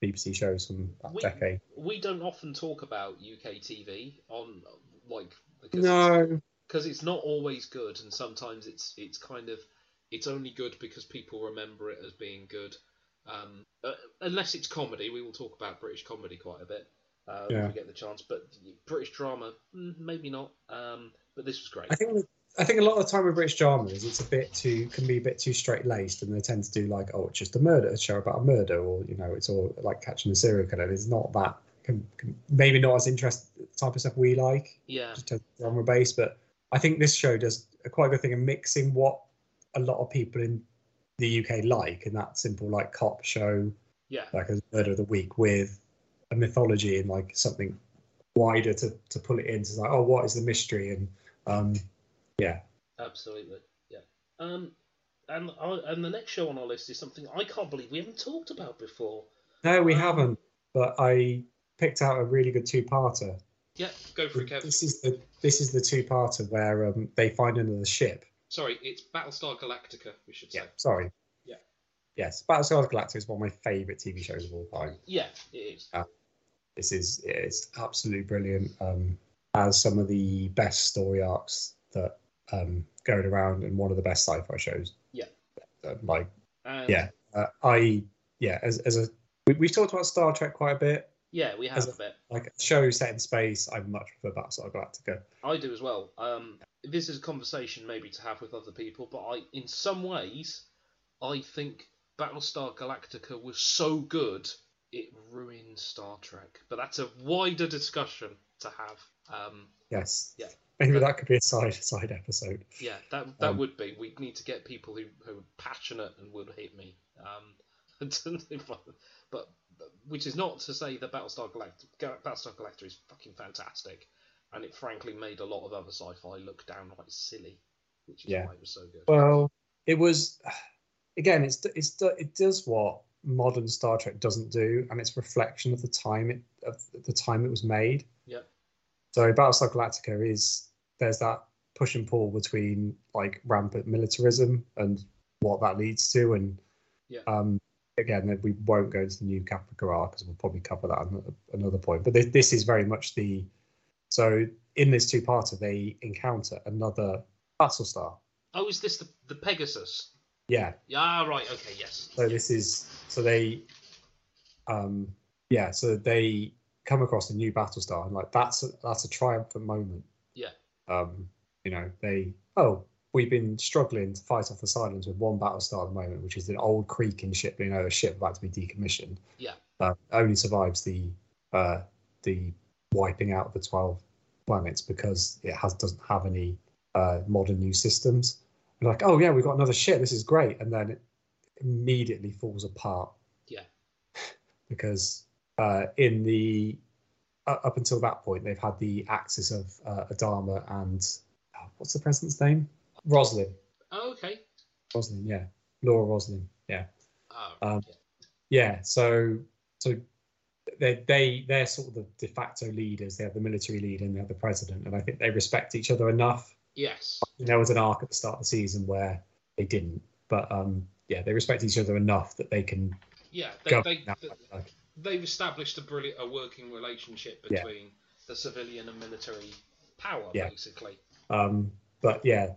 S2: bbc shows from that
S1: We-
S2: decade
S1: we don't often talk about UK TV on like because it's-
S2: no
S1: because it's not always good, and sometimes it's it's kind of it's only good because people remember it as being good. Um, uh, unless it's comedy, we will talk about British comedy quite a bit uh, if
S2: Yeah.
S1: we get the chance. But British drama, mm, maybe not. Um, but this was great.
S2: I think with- I think a lot of the time with British dramas, it's a bit too can be a bit too straight laced, and they tend to do like, oh, it's just a murder a show about a murder, or you know, it's all like catching a serial killer. It's not that can, can, maybe not as interest type of stuff we like,
S1: yeah,
S2: just genre based. But I think this show does a quite good thing of mixing what a lot of people in the UK like, and that simple like cop show,
S1: yeah,
S2: like a murder of the week, with a mythology and like something wider to to pull it into. It's like, oh, what is the mystery and um,
S1: absolutely, yeah. Um, and I, and the next show on our list is something I can't believe we haven't talked about before.
S2: No, we haven't. But I picked out a really good two-parter.
S1: Yeah, go for it, Kev.
S2: This is the this is the two-parter where um, they find another ship.
S1: Sorry, it's Battlestar Galactica. We should say.
S2: Sorry.
S1: Yeah.
S2: Yes, Battlestar Galactica is one of my favourite TV shows of all time.
S1: Yeah, it is.
S2: This is it's absolutely brilliant. Um, has some of the best story arcs that um, going around, and one of the best sci-fi shows.
S1: Yeah.
S2: Uh, like
S1: And
S2: yeah, uh, I yeah as as a we, we've talked about Star Trek quite a bit.
S1: yeah, we have
S2: As
S1: a
S2: a-
S1: bit.
S2: Like a show set in space, I much prefer Battlestar Galactica.
S1: I do as well. Um, this is a conversation maybe to have with other people, but I, in some ways, I think Battlestar Galactica was so good it ruined Star Trek. But that's a wider discussion to have. Um,
S2: Yes.
S1: Yeah.
S2: Maybe that could be a side side episode.
S1: yeah, that that
S2: Um,
S1: would be. We'd need to get people who, who are passionate and would hit me. Um, but but- which is not to say that Battlestar Galactica, Battlestar Galactica is fucking fantastic, and it frankly made a lot of other sci-fi look downright silly, which is
S2: Yeah.
S1: why it was so good.
S2: Well, it was again. It's it's it does what modern Star Trek doesn't do, and it's reflection of the time it of the time it was made.
S1: Yep.
S2: So Battlestar Galactica is there's that push and pull between like rampant militarism and what that leads to, and
S1: Yeah.
S2: um, again we won't go into the new Caprica arc because we'll probably cover that another, another point. But this, this is very much the so in this two parter they encounter another Battlestar.
S1: Oh, is this the, the Pegasus?
S2: Yeah.
S1: Yeah, right. Okay, yes.
S2: So this is So they, um, yeah, so they come across a new Battlestar and like that's a, that's a triumphant moment.
S1: Yeah.
S2: Um, you know they oh we've been struggling to fight off the Cylons with one Battlestar at the moment, which is an old creaking ship, you know, a ship about to be decommissioned.
S1: Yeah.
S2: That only survives the uh, the wiping out of the twelve planets because it has doesn't have any uh, modern new systems. And like, oh yeah, we've got another ship. This is great, and then it immediately falls apart.
S1: Yeah.
S2: because uh, in the uh, up until that point, they've had the axis of uh, Adama and oh, what's the president's name? Roslin.
S1: Oh, okay.
S2: Roslin, yeah. Laura Roslin, yeah.
S1: Oh,
S2: Um,
S1: yeah.
S2: Yeah, so so they they they're sort of the de facto leaders. They have the military lead and they have the president, and I think they respect each other enough.
S1: Yes.
S2: There was an arc at the start of the season where they didn't, but um, yeah, they respect each other enough that they can
S1: Yeah.
S2: go.
S1: They, they,
S2: that way.
S1: they,
S2: Like,
S1: they've established a brilliant, a working relationship
S2: Yeah.
S1: between the civilian and military power,
S2: Yeah.
S1: basically.
S2: um, but yeah,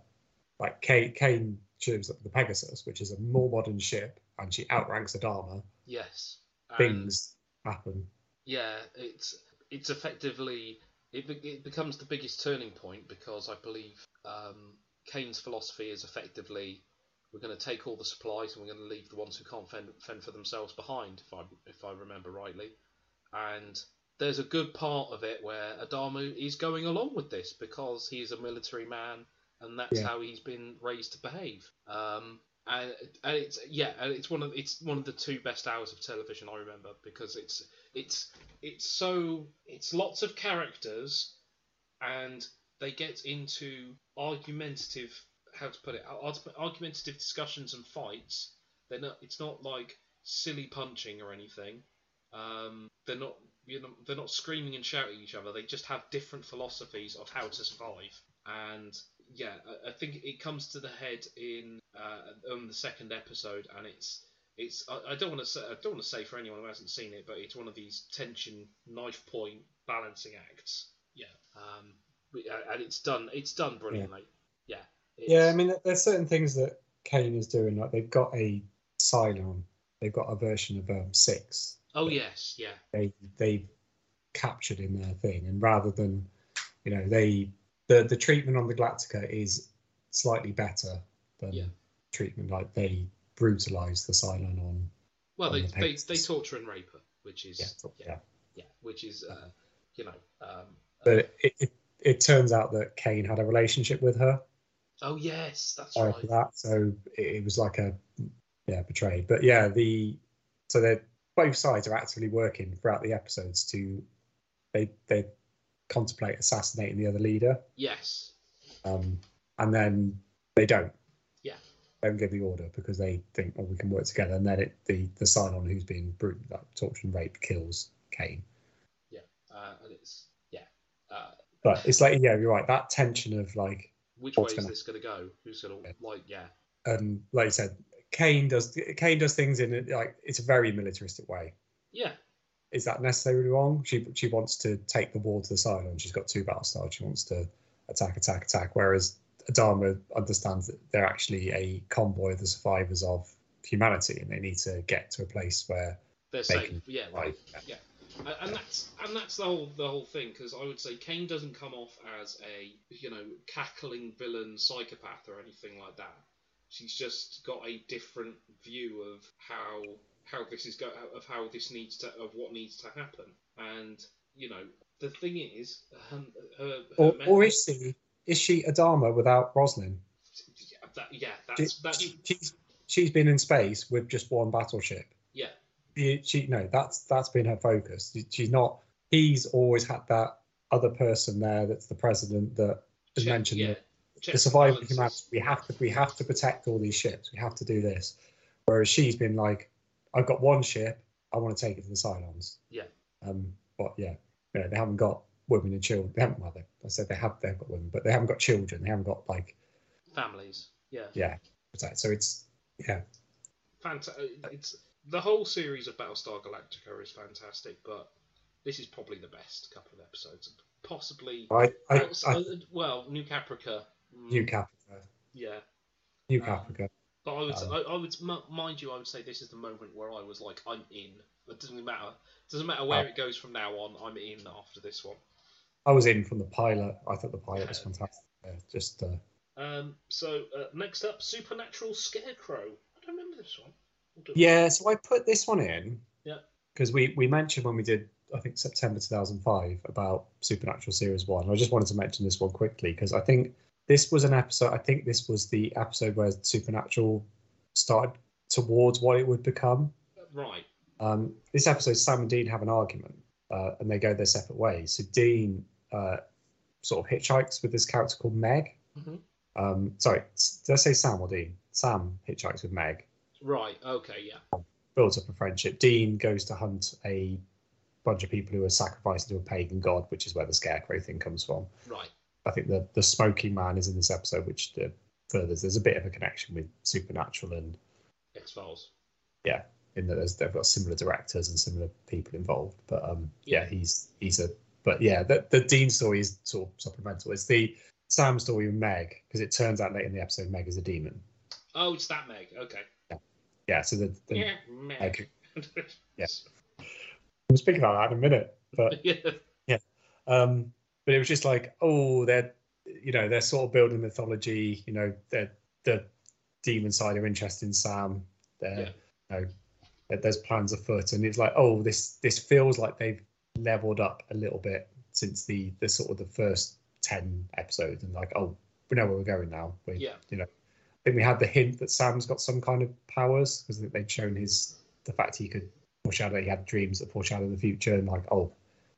S2: like Kane, Kane chews up the Pegasus, which is a more modern ship, and she outranks Adama.
S1: Yes. And-
S2: Things happen.
S1: Yeah, it's it's effectively it, be- it becomes the biggest turning point because I believe um, Kane's philosophy is effectively we're going to take all the supplies and we're going to leave the ones who can't fend, fend for themselves behind, if I if I remember rightly. And there's a good part of it where Adamu is going along with this because he is a military man and that's
S2: Yeah.
S1: how he's been raised to behave. Um, and, and it's yeah, and it's one of it's one of the two best hours of television I remember because it's it's it's so it's lots of characters and they get into argumentative how to put it ar- argumentative discussions and fights they're not it's not like silly punching or anything um, they're not you know they're not screaming and shouting at each other they just have different philosophies of how to survive and yeah i, I think it comes to the head in uh, on the second episode and it's it's I, I don't want to say I don't want to say for anyone who hasn't seen it, but it's one of these tension knife point balancing acts. Yeah. Um, we- uh, and it's done. It's done brilliantly. Yeah. It's,
S2: Yeah, I mean, there- there's certain things that Kane is doing. Like they've got a Cylon, they've got a version of um, six.
S1: Oh yes. Yeah.
S2: They they've captured in their thing, and rather than you know they the the treatment on the Galactica is slightly better than
S1: Yeah.
S2: treatment like they brutalize the Cylon on.
S1: Well,
S2: On
S1: they,
S2: the
S1: they
S2: papers.
S1: they torture and rape her, which is
S2: Yeah,
S1: yeah
S2: yeah.
S1: yeah, which is uh, you know um, uh,
S2: But it, it it turns out that Kane had a relationship with her
S1: oh yes that's
S2: prior
S1: right
S2: to that, so it, it was like a yeah betrayed. But yeah, the so they are both sides are actively working throughout the episodes to they they contemplate assassinating the other leader.
S1: yes
S2: um, and then they don't.
S1: Yeah.
S2: They don't give the order because they think, oh, we can work together. And then it, the the Cylon who's being brute, like, tortured and raped kills Kane.
S1: uh, and it's yeah uh,
S2: But it's like, yeah, you're right. That tension of like,
S1: which way
S2: What's
S1: is
S2: gonna-
S1: this going to go who's going to
S2: Yeah.
S1: like yeah
S2: um, like you said, Kane does Kane does things in a, like it's a very militaristic way.
S1: yeah
S2: Is that necessarily wrong? She she wants to take the war to the Cylon. She's got two battle stars. She wants to attack, attack, attack. Whereas Adama understands that they're actually a convoy of the survivors of humanity, and they need to get to a place where
S1: they're
S2: They
S1: safe.
S2: can
S1: yeah,
S2: fight,
S1: yeah, yeah. And- And that's and that's the whole the whole thing because I would say Kane doesn't come off as a you know cackling villain psychopath or anything like that. She's just got a different view of how how this is go of how this needs to of what needs to happen. And you know the thing is, um, her, her
S2: or,
S1: men-
S2: or is she is she Adama without Roslin?
S1: yeah, that, yeah
S2: She,
S1: that's that's
S2: she, she's she's been in space with just one battleship.
S1: yeah
S2: She, she- no, that's that's been her focus. She- She's not. He's always had that other person there. That's the president that has
S1: check-
S2: mentioned
S1: yeah,
S2: that
S1: checks
S2: the
S1: and
S2: survival of
S1: balances.
S2: humanity. We have to we have to protect all these ships. We have to do this. Whereas she's been like, I've got one ship. I want to take it to the Cylons.
S1: Yeah.
S2: Um. But yeah, yeah, they haven't got women and children. They haven't. Well, they, I said they have. They've got women, but they haven't got children. They haven't got like
S1: families yeah
S2: yeah. protect. So it's yeah.
S1: fanta- uh, it's the whole series of Battlestar Galactica is fantastic, but this is probably the best couple of episodes. Possibly,
S2: I I, I
S1: outside- well, New Caprica. mm,
S2: New Caprica.
S1: yeah,
S2: uh, New uh,
S1: Um,
S2: Caprica.
S1: But I would, I, I would m- mind you, I would say this is the moment where I was like, I'm in. It doesn't matter. doesn't matter where
S2: Oh.
S1: it goes from now on. I'm in after this one.
S2: I was in from the pilot. I thought the pilot was fantastic. Yeah, just uh,
S1: Um, so uh, next up, Supernatural Scarecrow. I don't remember this one. We'll do it.
S2: yeah. So I put this one in
S1: Yeah.
S2: because we we mentioned when we did I think September 2005 about Supernatural series one. I just wanted to mention this one quickly because I think this was an episode. I think this was the episode where Supernatural started towards what it would become.
S1: Right.
S2: Um, this episode, Sam and Dean have an argument, uh, and they go their separate ways. So Dean uh, sort of hitchhikes with this character called Meg.
S1: Mhm.
S2: Um, sorry, s- did I say Sam or Dean? Sam hitchhikes with Meg,
S1: Right. Okay. Yeah.
S2: builds up a friendship. Dean goes to hunt a bunch of people who are sacrificed to a pagan god, which is where the scarecrow thing comes from.
S1: Right.
S2: I think the the smoking man is in this episode, which uh, furthers there's a bit of a connection with supernatural and
S1: X Files.
S2: in that there's, they've got similar directors and similar people involved. But um, yeah, he's he's a but yeah, the the Dean story is sort of supplemental. It's the Sam story with Meg because it turns out late in the episode Meg is a demon.
S1: Oh, it's that Meg. Okay.
S2: Yeah, so the, the
S1: Yeah, Meg.
S2: Yes. we'll speak about that in a minute. But
S1: yeah.
S2: um, but it was just like oh they're you know they're sort of building mythology. You know they're the demon side are interested in Sam. They're
S1: Yeah.
S2: you know that there's plans afoot, and it's like oh this this feels like they've leveled up a little bit since the the sort of the first ten episodes, and like oh we know where we're going now. We,
S1: Yeah.
S2: you know I think we had the hint that Sam's got some kind of powers because they'd shown his the fact he could foreshadow he had dreams that foreshadow the future, and like oh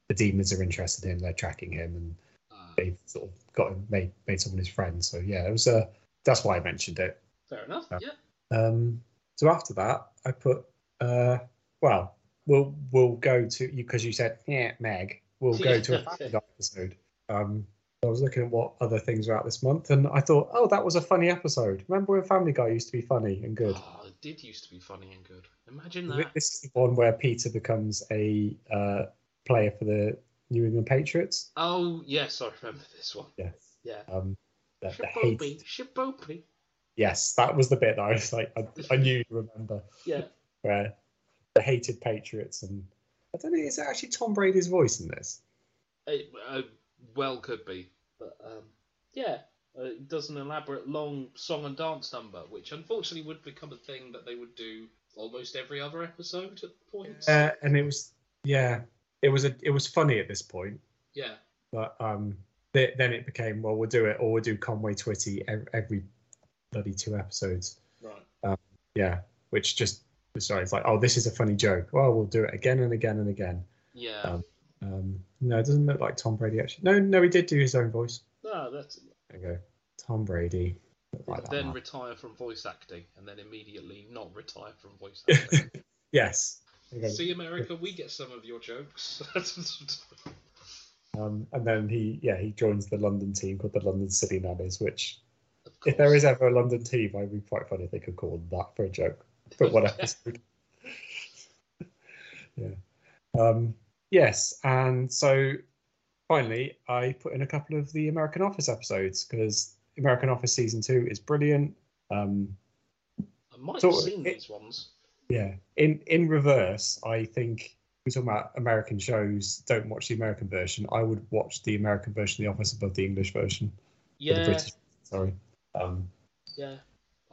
S2: the demons are interested in him, they're tracking him, and
S1: Uh,
S2: they've sort of got him, made made someone his friend. So yeah, it was a. That's why I mentioned it.
S1: fair enough.
S2: Yeah.
S1: Yeah.
S2: Um, so after that, I put. Uh, well, we'll we'll go to you because you said yeah, Meg. We'll go to a
S1: Yeah.
S2: Family Guy episode. Um, I was looking at what other things were out this month, and I thought, oh, that was a funny episode. Remember when Family Guy used to be funny and good?
S1: Oh, it did used to be funny and good. Imagine
S2: Thi-
S1: that.
S2: This is the one where Peter becomes a uh, player for the New England Patriots.
S1: Oh, yes, I remember this one.
S2: Yes.
S1: Yeah.
S2: Um, the, the
S1: Shibobi.
S2: hate.
S1: Shibobi.
S2: Yes, that was the bit that I was like, I, I knew you remember.
S1: Yeah.
S2: where the hated Patriots and I don't know, is it actually Tom Brady's voice in this?
S1: It uh, well could be, but um, yeah, uh, it does an elaborate long song and dance number, which unfortunately would become a thing that they would do almost every other episode at points.
S2: Uh, and it was yeah, it was a it was funny at this point,
S1: yeah,
S2: but um, th- then it became well we'll do it or we'll do Conway Twitty ev- every bloody two episodes.
S1: right.
S2: Yeah, which just sorry, it's like oh this is a funny joke. Well we'll do it again and again and again.
S1: Yeah.
S2: Um, Um, no, it doesn't look like Tom Brady actually. No, no, he did do his own voice.
S1: no, that's
S2: There you go, Tom Brady. Look like that
S1: then
S2: man.
S1: retire from voice acting, and then immediately not retire from voice acting.
S2: yes. There you go.
S1: See, America, we get some of your jokes.
S2: Um, and then he, yeah, he joins the London team called the London City Nannies, which,
S1: Of
S2: if there
S1: course.
S2: is ever a London team, I'd be quite funny if they could call that for a joke for one episode. yeah. Um, yes, and so finally, I put in a couple of the American Office episodes because American Office season two is brilliant. Um,
S1: I might
S2: So
S1: have seen
S2: it-
S1: these ones.
S2: yeah. In in reverse, I think we're talking about American shows. Don't watch the American version. I would watch the American version of The Office above the English version. or The
S1: Yeah,
S2: British. Sorry. Um,
S1: yeah.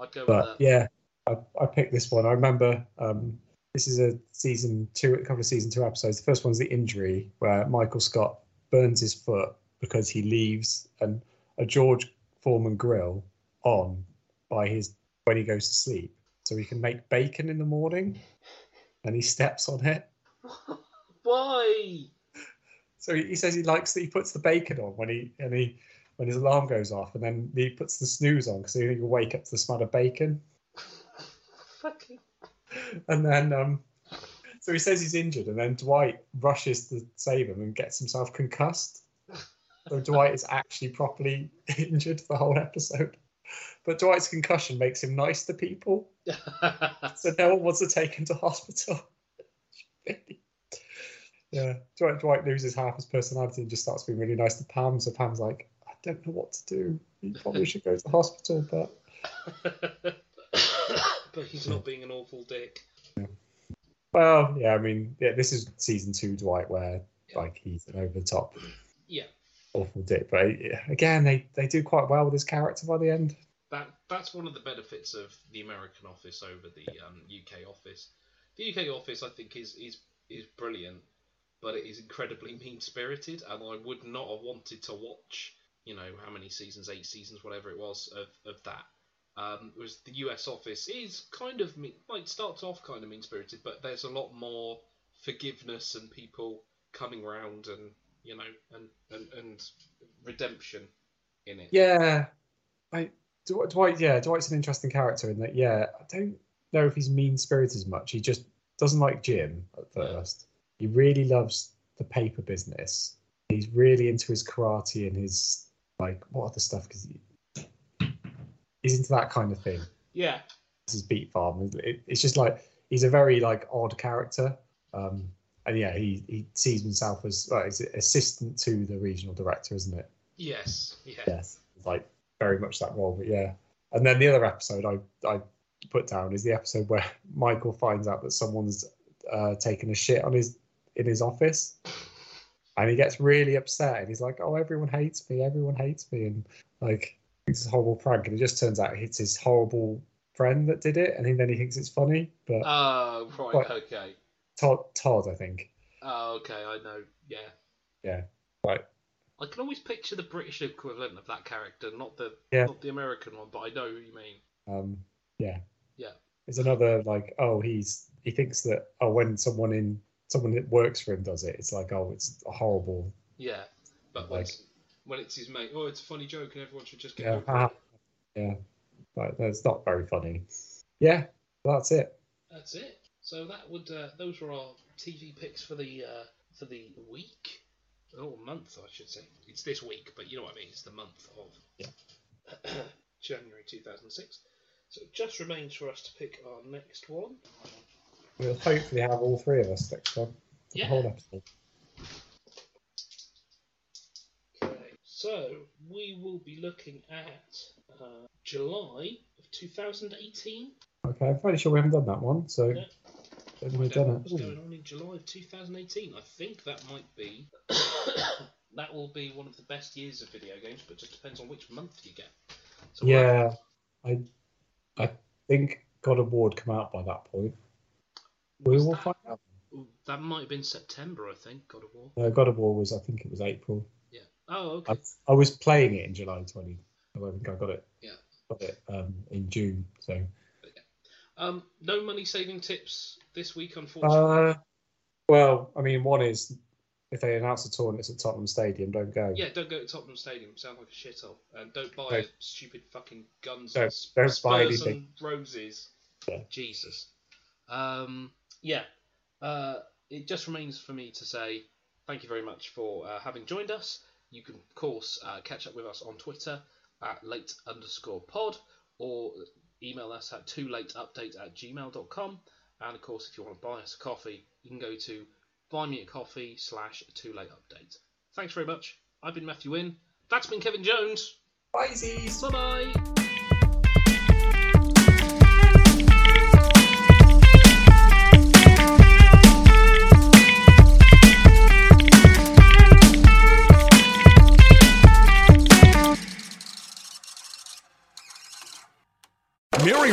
S1: I'd go
S2: but
S1: with that.
S2: yeah, I, I picked this one. I remember um, this is a season two, a couple of season two episodes. The first one's the injury where Michael Scott burns his foot because he leaves an, a George Foreman grill on by his when he goes to sleep, so he can make bacon in the morning, and he steps on it.
S1: Why?
S2: So he he says he likes that he puts the bacon on when he and he when his alarm goes off, and then he puts the snooze on because he will wake up to the smell of bacon.
S1: Fucking
S2: And then, um, so he says he's injured, and then Dwight rushes to save him and gets himself concussed. So Dwight is actually properly injured the whole episode. But Dwight's concussion makes him nice to people, so no one wants to take him to hospital. yeah, Dwight, Dwight loses half his personality and just starts being really nice to Pam. So Pam's like, I don't know what to do. You probably should go to the hospital, but
S1: but he's not being an awful dick.
S2: Well, yeah, I mean, yeah, this is season two Dwight where like he's an over the top
S1: Yeah,
S2: awful dick, but yeah, again, they they do quite well with his character by the end.
S1: that that's one of the benefits of the American office over the um, UK office. The UK office, I think, is is is brilliant, but it is incredibly mean spirited, and I would not have wanted to watch, you know, how many seasons, eight seasons, whatever it was of of that. Um, was the US office is kind of mean, like starts off kind of mean spirited, but there's a lot more forgiveness and people coming round and you know and and, and redemption in it.
S2: Yeah, I Dw- Dwight. Yeah, Dwight's an interesting character in that. Yeah, I don't know if he's mean spirited as much. He just doesn't like Jim at
S1: Yeah.
S2: first. He really loves the paper business. He's really into his karate and his like what other stuff because he, he's into that kind of thing.
S1: yeah.
S2: This is Beat Farm. It, it's just like he's a very like odd character. Um, and yeah, he, he sees himself as well, he's assistant to the regional director, isn't it?
S1: Yes, yeah.
S2: yes, like very much that role. But yeah, and then the other episode I I put down is the episode where Michael finds out that someone's uh, taken a shit on his in his office, and he gets really upset and he's like, "Oh, everyone hates me! Everyone hates me!" And like it's a horrible prank, and it just turns out it's his horrible friend that did it, and he- then he thinks it's funny. But
S1: Oh, right,
S2: Right.
S1: okay.
S2: Todd, Todd, I think,
S1: Oh, okay, I know, yeah.
S2: yeah, right,
S1: I can always picture the British equivalent of that character, not the
S2: Yeah.
S1: not the American one, but I know who you mean.
S2: um, yeah.
S1: Yeah.
S2: It's another like, oh, he's he thinks that oh, when someone in someone that works for him does it, it's like oh, it's horrible.
S1: Yeah. But when,
S2: Like-
S1: it's, when it's his mate, oh, it's a funny joke and everyone should just get
S2: Yeah, uh-huh.
S1: over
S2: haha.
S1: it.
S2: yeah, but that's not very funny. Yeah, that's it.
S1: That's it. So that would uh, those were our TV picks for the uh, for the week or month, I should say. It's this week, but you know what I mean. It's the month of January two thousand six. So it just remains for us to pick our next one.
S2: We'll hopefully have all three of us next time. The
S1: Yeah.
S2: whole episode.
S1: Okay, so we will be looking at uh, July of 2018.
S2: Okay, I'm fairly sure we haven't done that one, so
S1: Yeah.
S2: then we've
S1: Don't know
S2: done
S1: What's
S2: it. Ooh,
S1: going on in July of 2018? I think that might be. that will be one of the best years of video games, but just depends on which month you get. So we're-
S2: Yeah, I I think God of War would come out by that point. We
S1: Was
S2: will
S1: that-
S2: find out.
S1: That might have been September, I think, God of War.
S2: No, God of War was I think it was April.
S1: Yeah. Oh, okay.
S2: I, I was playing it in July 20. I don't think I got it.
S1: Yeah.
S2: Got it um, in June. So,
S1: Um, no money saving tips this week, unfortunately.
S2: uh, well, I mean, one is if they announce a tour and it's at Tottenham Stadium, don't go.
S1: Yeah, don't go to Tottenham Stadium. Sounds like a shithole. And don't buy
S2: Don't-
S1: stupid fucking guns.
S2: Don't-
S1: and
S2: don't
S1: Spurs
S2: buy
S1: And
S2: anything.
S1: roses.
S2: Yeah.
S1: Jesus. Um, yeah. Uh, it just remains for me to say thank you very much for uh, having joined us. You can, of course, uh, catch up with us on Twitter at late underscore pod or email us at too late update at gmail.com. And of course, if you want to buy us a coffee, you can go to buy me a coffee slash too late update. Thanks very much. I've been Matthew Wynn. That's been Kevin Jones. Bye, Bye bye.
S6: Mary